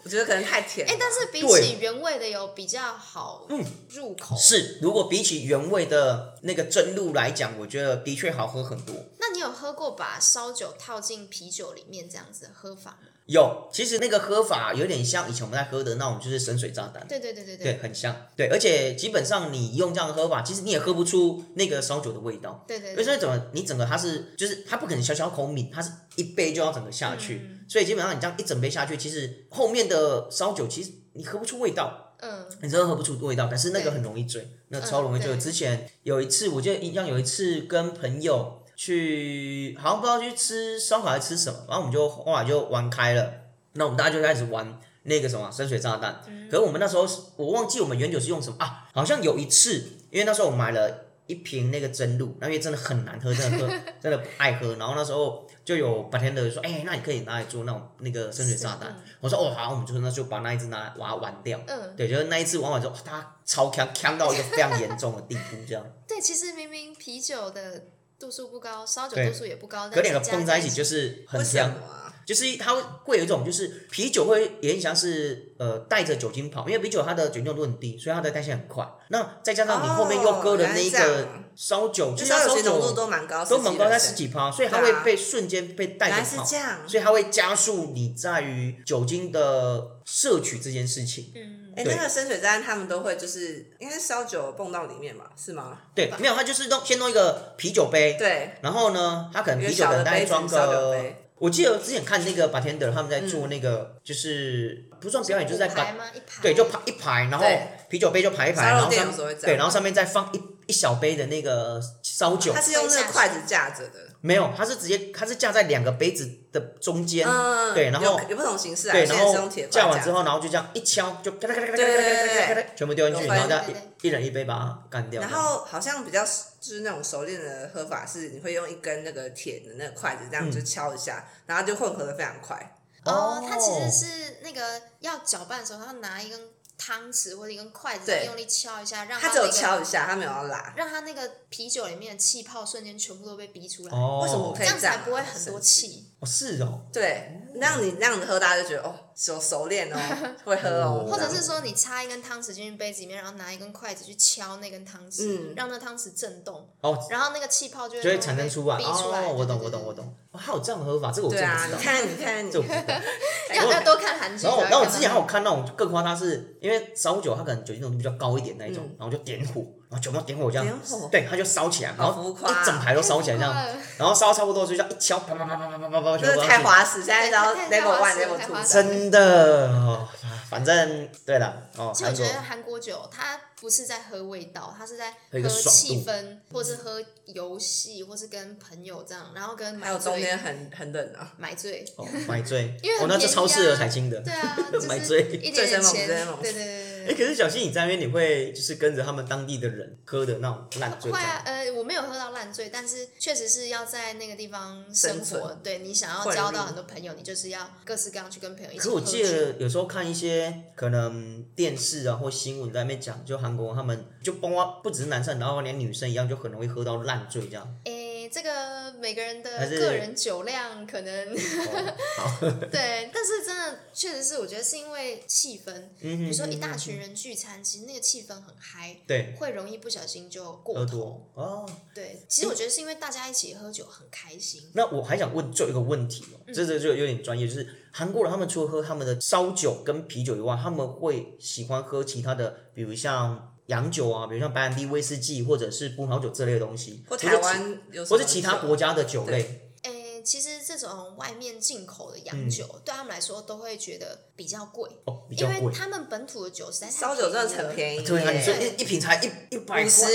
S1: 我觉得可能太甜了。
S3: 哎，但是比
S2: 对
S3: 起原味的有比较好
S2: 嗯
S3: 入口。
S2: 是，如果比起原味的那个蒸露来讲，我觉得的确好喝很多。
S3: 那你有喝过把烧酒套进啤酒里面这样子的喝法吗？
S2: 有，其实那个喝法有点像以前我们在喝的那种，就是神水炸弹。
S3: 对对对对
S2: 对，很像。对，而且基本上你用这样的喝法，其实你也喝不出那个烧酒的味道。
S3: 对对
S2: 因为
S3: 对，
S2: 所以整个你整个它是就是它不可能小小口抿，它是一杯就要整个下去，所以基本上你这样一整杯下去，其实后面的烧酒其实你喝不出味道，
S3: 嗯
S2: 你真的喝不出味道，但是那个
S3: 对
S2: 很容易醉，那超容易醉。
S3: 嗯对
S2: 之前有一次，我记得印象有一次跟朋友去，好像不知道去吃烧烤还是吃什么，然后我们就后来就玩开了，那我们大家就开始玩那个什么深水炸
S3: 嗯
S2: 啊弹。可是我们那时候是我忘记我们原酒是用什么啊，好像有一次，因为那时候我买了一瓶那个真露，那因为真的很难喝，真的喝 真的不爱喝。然后那时候就有 bartender 说，哎、那你可以拿来做那种那个深水炸弹。我说哦好，我们就那就把那一只拿把它玩掉。
S3: 嗯，
S2: 对，就是那一次玩完之后，哇它超强，强到一个非常严重的地步， 这样。
S3: 对，其实明明啤酒的度数不高，烧酒
S2: 对
S3: 度数也不高，但
S2: 可
S3: 是
S2: 两个
S3: 加
S2: 碰在一起就是很
S1: 为什
S2: 香。
S1: 么啊？
S2: 就是它会有一种，就是啤酒会有点像是呃带着酒精跑，因为啤酒它的酒精浓度很低，所以它的代谢很快。那再加上你后面又搁了
S1: 哦
S2: 那一
S1: 原来这
S2: 个
S1: 样
S2: 烧酒，就
S1: 就是
S2: 它
S1: 烧
S2: 烧
S1: 酒精浓度
S2: 酒
S1: 都蛮高，
S2: 都蛮高，在十
S1: 几，
S2: 几趴，所以它
S1: 对
S2: 会
S1: 啊
S2: 被瞬间被带
S1: 原来是
S2: 着跑，
S1: 这样。
S2: 所以它会加速你在于酒精的摄取这件事情。
S3: 嗯，
S1: 哎、
S2: 对
S1: 那个深水炸弹他们都会就是应该是烧酒蹦到里面吧，是吗？
S2: 对，没有，它就是弄先弄一个啤酒杯，
S1: 对，
S2: 然后呢，他可能
S1: 一个
S2: 啤酒
S1: 小
S2: 可
S1: 的
S2: 能大概
S1: 杯子
S2: 装
S1: 烧酒
S2: 个
S1: 杯。
S2: 我记得之前看那个 bartender 他们在做那个，就是不算表演，就是在
S3: 五
S2: 把
S3: 排吗？一排
S2: 对，就排一排，然后
S1: 对
S2: 啤酒杯就排一
S1: 烧
S2: 排，
S1: 肉
S2: 然后
S1: 店
S2: 上
S1: 有时候会这样
S2: 对，然后上面再放一一小杯的那个烧酒
S1: 它，是用那个筷子架着的，
S2: 没有，它是直接它是架在两个杯子的中间，
S1: 嗯，
S2: 对然后
S1: 有有不同形式啊，
S2: 对，
S1: 有些
S2: 然
S1: 人是用
S2: 后
S1: 铁
S2: 架
S1: 筷
S2: 完之
S1: 架，
S2: 后，然后就这样一敲，就咔哒咔哒咔哒
S1: 对
S2: 咔
S1: 对
S2: 哒
S1: 对
S2: 咔哒咔
S1: 对
S2: 哒，全部丢进去，
S1: 有分
S2: 然后再
S3: 对对
S2: 一一人一杯把它干掉。
S1: 然后好像比较就是那种熟练的喝法是，你会用一根那个铁的那个筷子这样
S2: 嗯
S1: 就敲一下，然后就混合的非常快，
S3: 哦
S2: 哦，
S3: 它其实是那个要搅拌的时候，他拿一根汤匙或者一根筷子
S1: 对
S3: 用力敲一下，让
S1: 它
S3: 它
S1: 只有
S3: 那个
S1: 敲一下，它没有要拉，
S3: 让它那个啤酒里面的气泡瞬间全部都被逼出来，
S2: 哦，
S1: 为什么我可
S3: 这
S1: 以
S3: 样
S1: 这
S3: 才
S1: 样啊
S3: 不会很多气。
S2: 哦是哦，
S1: 对，让你那样子喝，大家就觉得哦，熟熟练 哦，会喝哦，
S2: 哦
S3: 或者是说，你插一根汤匙进去杯子里面，然后拿一根筷子去敲那根汤匙，
S1: 嗯
S3: 让那汤匙震动，
S2: 哦，
S3: 然后那个气泡就会
S2: 就会产生出来。
S3: 逼出来。
S2: 哦，我懂，
S3: 对
S2: 我懂，我。懂。哦，还有这样的喝法，这个我
S1: 对
S2: 真的
S1: 啊，
S2: 不
S1: 你
S2: 知道。
S1: 看你看你
S2: 这我不知道。
S3: 对对要要多看韩剧。
S2: 哎然后我，
S3: 才会
S2: 然后我
S3: 看
S2: 之前
S3: 到
S2: 还有看那种更夸张，是因为烧酒它可能酒精浓度比较高一点那一种，
S3: 嗯
S2: 然后就点火，然后全部点火这样，
S3: 哎
S1: 点火
S2: 对，它就烧起来，然
S1: 好
S2: 后
S1: 浮夸啊
S2: 一整排都烧起来这样
S3: 太浮夸 了，
S2: 然后烧差不多就这样一敲，啪啪啪啪啪啪啪啪，全
S1: 真
S2: 部
S1: 的
S2: 都
S1: 太
S2: 上去。
S1: 滑石，现在到
S3: 哎太太
S1: level
S3: 滑
S1: one
S3: 石
S1: level
S3: 太
S1: two
S3: 滑石
S1: 了
S2: 真的哦，反正对了哦，
S3: 其实我
S2: 韩
S3: 觉
S2: 国
S3: 得韩国酒它不是在喝味道，它是在
S2: 喝一个
S3: 喝
S2: 爽
S3: 气
S2: 度
S3: 氛，或是喝游戏，或是跟朋友这样，然后跟
S1: 还有
S3: 买
S1: 中间
S3: 醉
S1: 很很冷啊，
S3: 买醉。
S2: 哦买醉，
S3: 因为很
S2: 哦那就
S3: 便宜
S2: 超适合
S3: 啊
S2: 台青的。
S3: 对啊， 就
S2: 买
S3: 是
S2: 醉
S3: 一
S1: 醉生
S3: 点点
S1: 猛
S3: 钱，
S1: 醉生猛
S3: 对对对
S2: 哎，
S3: 对
S2: 可是小新你在那边你会就是跟着他们当地的人喝的那种烂
S3: 对。
S2: 醉这
S3: 会
S2: 样
S3: 啊，呃，我没有喝到烂醉，但是确实是要在那个地方生
S1: 生存
S3: 活。对你想要
S1: 混
S3: 交
S1: 入
S3: 到很多朋友，你就是要各式各样去跟朋友一起
S2: 可是我
S3: 喝
S2: 记
S3: 酒。
S2: 得有时候看一些可能电视啊或新闻在那边讲，就韩国他们就包括不只是男生，然后连女生一样就很容易喝到烂醉这样。
S3: 哎，这个每个人的
S2: 还是
S3: 个人酒量可能
S2: 哦好，
S3: 对，但是真的确实是，我觉得是因为气氛。
S2: 嗯哼，
S3: 比如说一大群人聚餐，其实那个气氛很嗨，
S2: 对
S3: 会容易不小心就
S2: 喝
S3: 过头。
S2: 多哦。
S3: 对，其实我觉得是因为大家一起喝酒很开心。
S2: 那我还想问最后一个问题哦，这这就有点专业，就是韩国人他们除了喝他们的烧酒跟啤酒以外，他们会喜欢喝其他的，比如像洋酒啊，比如像白兰地、威士忌或者是葡萄酒这类的东西，
S1: 或
S2: 者
S1: 台
S2: 其
S1: 湾有什
S2: 或
S1: 么
S2: 者其他国家的酒类。
S3: 诶，其实这种外面进口的洋酒、对他们来说都会觉得比较贵，
S2: 哦，嗯比较
S3: 因
S2: 贵
S3: 为。他们本土的酒实在太
S1: 烧酒真的很
S3: 宜了。
S1: 便宜耶，
S2: 对啊，你说
S3: 对
S2: 一一瓶才一一百
S1: 五
S2: 块
S1: 十，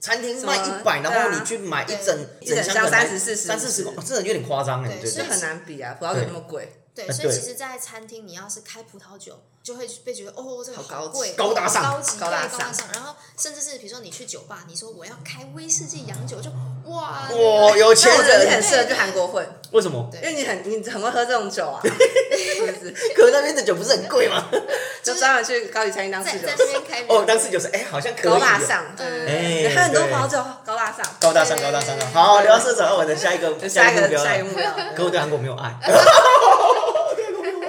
S2: 餐厅
S1: 什
S2: 卖
S1: 么
S2: 一百，
S1: 对
S2: 然后
S1: 啊
S2: 你去买一
S3: 对
S2: 整
S1: 一整
S2: 箱
S1: 箱
S2: 可能
S1: 30 40
S2: 三四十块，哦真的有点夸张哎，
S3: 对
S2: 我觉
S1: 这
S3: 所
S2: 得
S3: 以
S1: 很难比啊，葡萄酒那么贵，
S3: 对，
S2: 呃
S3: 所以
S2: 对
S3: 其实，在餐厅你要是开葡萄酒，就会被觉得哦，这个
S1: 好高级
S3: 贵，
S2: 高大上
S3: 高级，对
S1: 高
S3: 高
S1: 大
S3: 大
S1: 上
S3: 上。然后甚至是比如说你去酒吧，你说我要开威士忌洋酒，就哇，那个
S2: 哇，有钱
S1: 但我觉得你
S2: 人
S1: 很适合去韩国混，
S2: 为什么？
S3: 对
S1: 因为你很你很会喝这种酒 啊，是不是？
S2: 可那边的酒不是很贵吗？
S1: 就专门去高级餐厅当
S3: 在
S1: 侍酒
S3: 在
S1: 师
S3: 那，边开
S2: 哦，当时就是哎，好像可以
S1: 高大
S2: 哦，
S1: 上，对对对，
S2: 哎
S1: 你喝很多
S2: 对
S1: 葡萄酒，高大上。
S2: 高大上，
S3: 对
S2: 高大上
S3: 对
S2: 啊！好，刘老师找到我的下一个
S1: 就下一
S2: 目
S1: 个
S2: 标
S1: 下一个
S2: 了。
S1: 目标，
S2: 可我对韩国没有爱，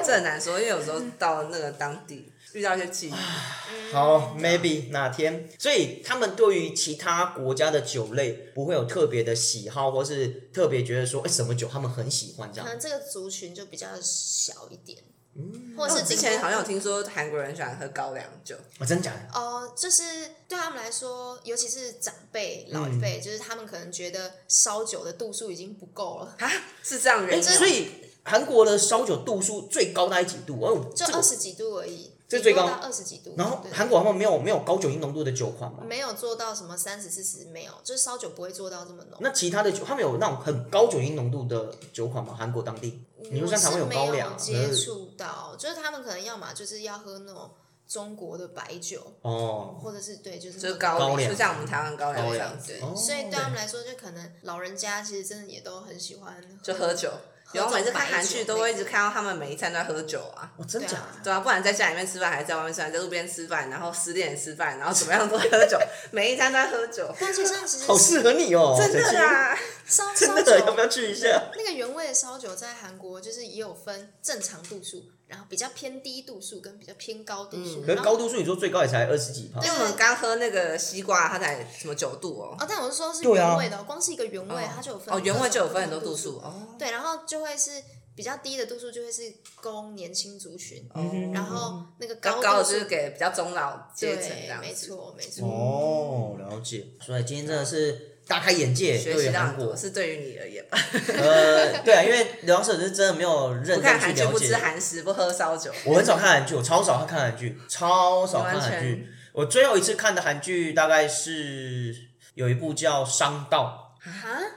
S1: 这很难说，因为有时候到那个当地遇到一些际遇，
S2: 好，maybe 哪天，所以他们对于其他国家的酒类不会有特别的喜好，或是特别觉得说，哎，什么酒他们很喜欢这样。
S3: 可能这个族群就比较小一点，嗯，或
S1: 但
S3: 者
S1: 我
S3: 是
S1: 之
S3: 顶
S1: 前
S3: 多
S1: 好像哦有听说韩国人喜欢喝高粱酒，
S2: 我真的假的？
S3: 哦，就是对他们来说，尤其是长辈、
S2: 嗯
S3: 老一辈，就是他们可能觉得烧酒的度数已经不够了，
S1: 啊，是这样的原
S2: 哎，
S1: 因哦。
S2: 所以韩国的烧酒度数最高大概几度？哦，这
S3: 就二
S2: 个。
S3: 十几度而已，
S2: 这
S3: 顶
S2: 最
S3: 多
S2: 高
S3: 到二十几度。
S2: 然后
S3: 对
S2: 韩国他们没有没有高酒精浓度的酒款
S1: 嗯
S2: 嘛？
S3: 没有做到什么三十四十，没有，就是烧酒不会做到这么浓。
S2: 那其他的酒，他们有那种很高酒精浓度的酒款吗？韩国当地，你说像台湾
S3: 我是
S2: 有
S3: 没
S2: 高粱，
S3: 接
S2: 呃
S3: 触到，就是他们可能要么就是要喝那种中国的白酒，
S2: 哦，
S3: 或者是对，就是
S1: 就是高
S2: 高粱
S1: 粱，就像我们台湾高粱
S2: 高
S1: 这
S2: 粱
S1: 样子，
S3: 对，
S2: 哦
S3: 所以对
S2: 对
S1: 啊
S3: 他们来说，就可能老人家其实真的也都很喜欢
S1: 就喝酒。然后每次看韩剧都会一直
S3: 到
S1: 看到他们每一餐都在喝酒啊，
S2: 哦，真
S3: 对
S2: 假？
S3: 啊
S1: 对啊，不管在家里面吃饭还是在外面吃饭，在路边吃饭，然后失恋也吃饭，然后怎么样都在喝酒，每一餐都在喝酒，
S3: 但其实上其 实
S2: 好适合你哦，
S1: 真
S2: 小七
S1: 的啊，
S3: 烧
S2: 真
S3: 烧
S2: 的要不
S3: 酒
S2: 要去一下？
S3: 那个原味的烧酒在韩国就是也有分正常度数，然后比较偏低度数跟比较偏高度
S1: 嗯
S3: 数。
S2: 可
S3: 然
S2: 是
S3: 后
S2: 高度数你说最高也才二十几趴
S1: 因，为我们刚喝那个西瓜，它才什么九度哦，
S3: 哦，但我是说是
S2: 对啊
S3: 原味的哦，光是一个原味它就有分
S1: 哦，原味就有分很多
S3: 不同
S1: 度
S3: 的
S1: 数哦，
S3: 对，然后就会是比较低的度数就会是供年轻族群，
S2: 哦
S1: 嗯
S3: 然后那个
S1: 较
S3: 高
S1: 高的
S3: 度
S1: 就是
S3: 数
S1: 给比较中老阶层这
S3: 哦对，
S1: 样
S3: 没
S1: 子，
S3: 错没错。
S2: 哦，了解。所以今天真的是大开眼界，
S1: 学
S2: 对于
S1: 习到
S2: 韩
S1: 很
S2: 国
S1: 多，是对于你而言吧？
S2: 呃，对啊，因为刘老师是真的没有认
S1: 不看
S2: 真去
S1: 韩剧，
S2: 了
S1: 不吃
S2: 解。
S1: 韩食，不喝烧酒，
S2: 我很少看韩剧，我超少看韩剧，超少看韩
S1: 完
S2: 剧。我最后一次看的韩剧大概是有一部叫《商道
S3: 啊，》，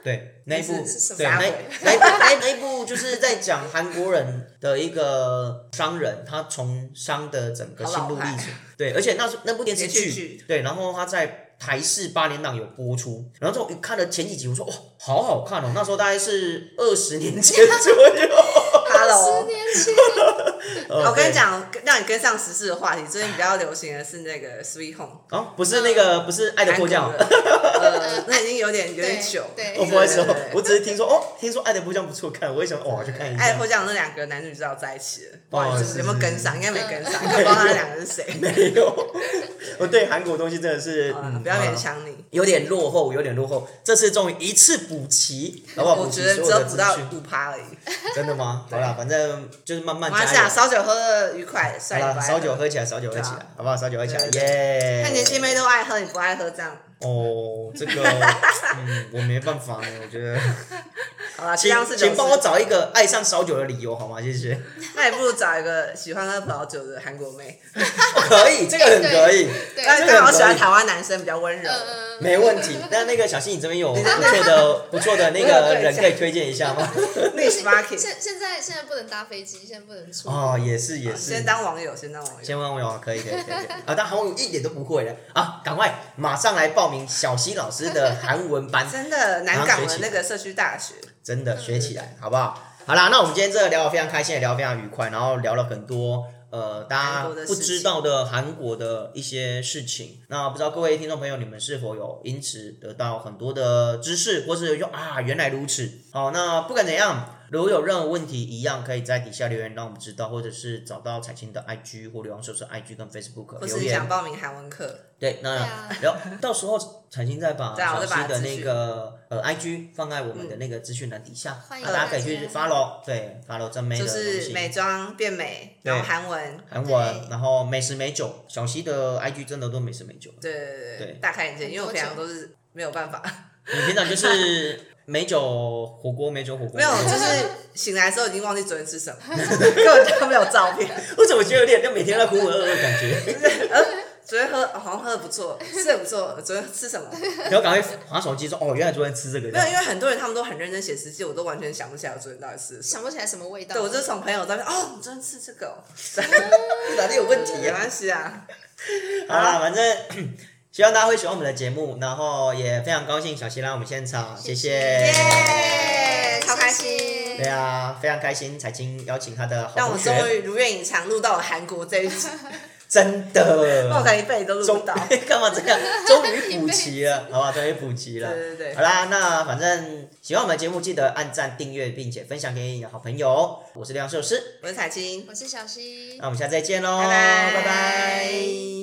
S2: 对，那一部
S1: 是是什么
S2: 对
S1: 啥
S2: 那
S1: 鬼
S2: 那一部那那一部就是在讲韩国人的一个商人，他从商的整个心路历
S1: 好老
S2: 程
S1: 派。
S2: 对，而且那是那部电视
S1: 连续
S2: 剧
S1: 剧，
S2: 对，然后他在台视八连档有播出，然后之后我看了前几集，我说哇，好好看哦，那时候大概是二十年前左右。
S1: Hello，
S3: 十年前
S2: 呃
S1: 我跟
S2: 对
S1: 你讲，让你跟上时事的话题，最近比较流行的是那个 Sweet Home，
S2: 哦，不是那个，不是《爱的
S1: 韩国
S2: 迫降》
S1: 的，
S2: 哦，
S1: 呃，那已经有点有点
S3: 对
S1: 久。
S3: 对
S2: 哎我不会说
S1: 对对对，
S2: 我只是听说哦，听说《爱的迫降》不错看，我也想哦，我去看一
S1: 爱的
S2: 下
S1: 迫。降那两个男女主角在一起了，不
S2: 哦
S1: 好意
S2: 是
S1: 思，有没有
S2: 是
S1: 跟上？应该没跟
S3: 嗯
S1: 上， 不知道他们两个是 谁。
S2: 没有，我对韩国东西真的是
S1: 好啦
S2: 嗯
S1: 不要
S2: 好啦
S1: 勉强你，
S2: 有点落后，有点落后。这次终于一次补齐， 好不好？
S1: 我
S2: 补齐
S1: 觉得
S2: 所
S1: 只
S2: 有
S1: 有
S2: 的
S1: 补
S2: 资
S1: 到
S2: 讯
S1: 五趴 而已。
S2: 真的 吗？好
S1: 对
S2: 啦，反正就是慢慢
S1: 马来西
S2: 加
S1: 亚
S2: 油。
S1: 啊烧酒喝的愉快，
S2: 好
S1: 帅
S2: 啦，
S1: 不
S2: 烧
S1: 爱
S2: 酒
S1: 喝。
S2: 喝起来，烧酒喝起
S1: 对
S2: 来
S1: 啊，
S2: 好不好？烧酒喝起来，
S1: 对对
S2: 耶！
S1: 看年轻妹都爱喝，你不爱喝这样。
S2: 哦，这 个嗯，我没办法呢，我觉得，
S1: 好啦，这
S2: 请
S1: 样是
S2: 请帮我找一个爱上烧酒的理由好吗？谢 谢。哦
S1: 那也不如找一个喜欢喝葡萄酒的韩国妹，
S2: 可以，这个很可以，
S3: 对，
S1: 但是
S2: 这个
S1: 刚好
S2: 很
S1: 喜欢
S2: 可以
S1: 台湾男生比较温柔。
S3: 呃，
S2: 没问题。那那个小新，你这边有不错的、不错的那个人可以推荐一下吗？
S1: Niche market，
S3: 现现在现在不能搭飞机，现在不能出国。
S2: 哦，也是也是。
S1: 先当网友，先当网友。
S2: 先问我哦，可以可以可以可以啊！但韩文一点都不会的啊，赶快马上来报名小新老师的韩文班，
S1: 真的，南
S2: 然后
S1: 港
S2: 学
S1: 的
S2: 起来
S1: 那个社区大学，
S2: 真的学起来，好不好？好啦，那我们今天这个聊得非常开心，也聊得非常愉快，然后聊了很多呃大
S1: 韩
S2: 家
S1: 国的
S2: 不
S1: 事情
S2: 知道的韩国的一些事情。那不知道各位听众朋友，你们是否有因此得到很多的知识，或是说啊原来如此？好，那不管怎样。如果有任何问题，一样可以在底下留言，让我们知道，或者是找到彩青的 IG 或刘洋叔叔 IG 跟 Facebook
S1: 或
S2: 留
S1: 是你
S2: 言
S1: 想。报名韩文课，
S2: 对，那
S3: 对啊
S2: 然后到时候彩青再把
S1: 对啊
S2: 小
S1: 我再把
S2: 西的
S1: 资
S2: 那
S1: 讯嗯
S2: 个呃 IG 放在我们的那个资讯栏底下，
S3: 欢迎
S2: 那大家可以
S3: 大
S2: 去
S3: 家
S2: follow，对 follow 真美的
S1: 就
S2: 东
S1: 是美
S2: 西。
S1: 妆变美，
S2: 对
S1: 然后韩文，
S2: 韩
S3: 对
S2: 文，然后美食美酒，小西的 IG 真的都美食美酒。
S1: 对对
S2: 对
S1: 对，大开眼界，因为我
S3: 很
S1: 平
S3: 多
S1: 常都是没有 办法，
S2: 你平常就是 美酒火锅，美酒火锅。
S1: 没有， 就是醒来之后已经忘记昨天吃什么，根本就没有照片。
S2: 我怎么觉得有点就每天在浑浑噩噩的感觉？
S1: 昨天喝哦好像喝的不错，吃的不错，昨天吃什么？
S2: 然后赶快划手机说，哦，原来昨天吃这个。
S1: 没有，因为很多人他们都很认真写实际，我都完全想不起来我昨天到底吃了什么。
S3: 想不起来什么味道。
S1: 对，我就从朋友照片，哦，你昨天吃这个、哦，
S2: 哪里有问
S1: 没？关系啊，
S2: 好啦，反正 希望大家会喜欢我们的节目，然后也非常高兴小西来我们现场，谢谢。
S1: 耶，超开
S3: 谢谢
S1: 心。
S2: 对啊，非常开心，彩青邀请他的好
S1: 让
S2: 同
S1: 我终
S2: 学，
S1: 于如愿以偿录到了韩国这一 集，
S2: 真
S1: 我
S2: 的，
S1: 才一辈子都录
S2: 终
S1: 不到。
S2: 干嘛这样？终于补齐了， 好吧，终于补齐了。
S1: 对对对
S2: 好啦，那反正喜欢我们的节目，记得按赞、订阅，并且分享给你的好朋友哦。我是梁寿师，
S1: 我是彩青，
S3: 我是小溪
S2: 那。我们下次再见喽，
S1: 哦拜拜
S2: 拜拜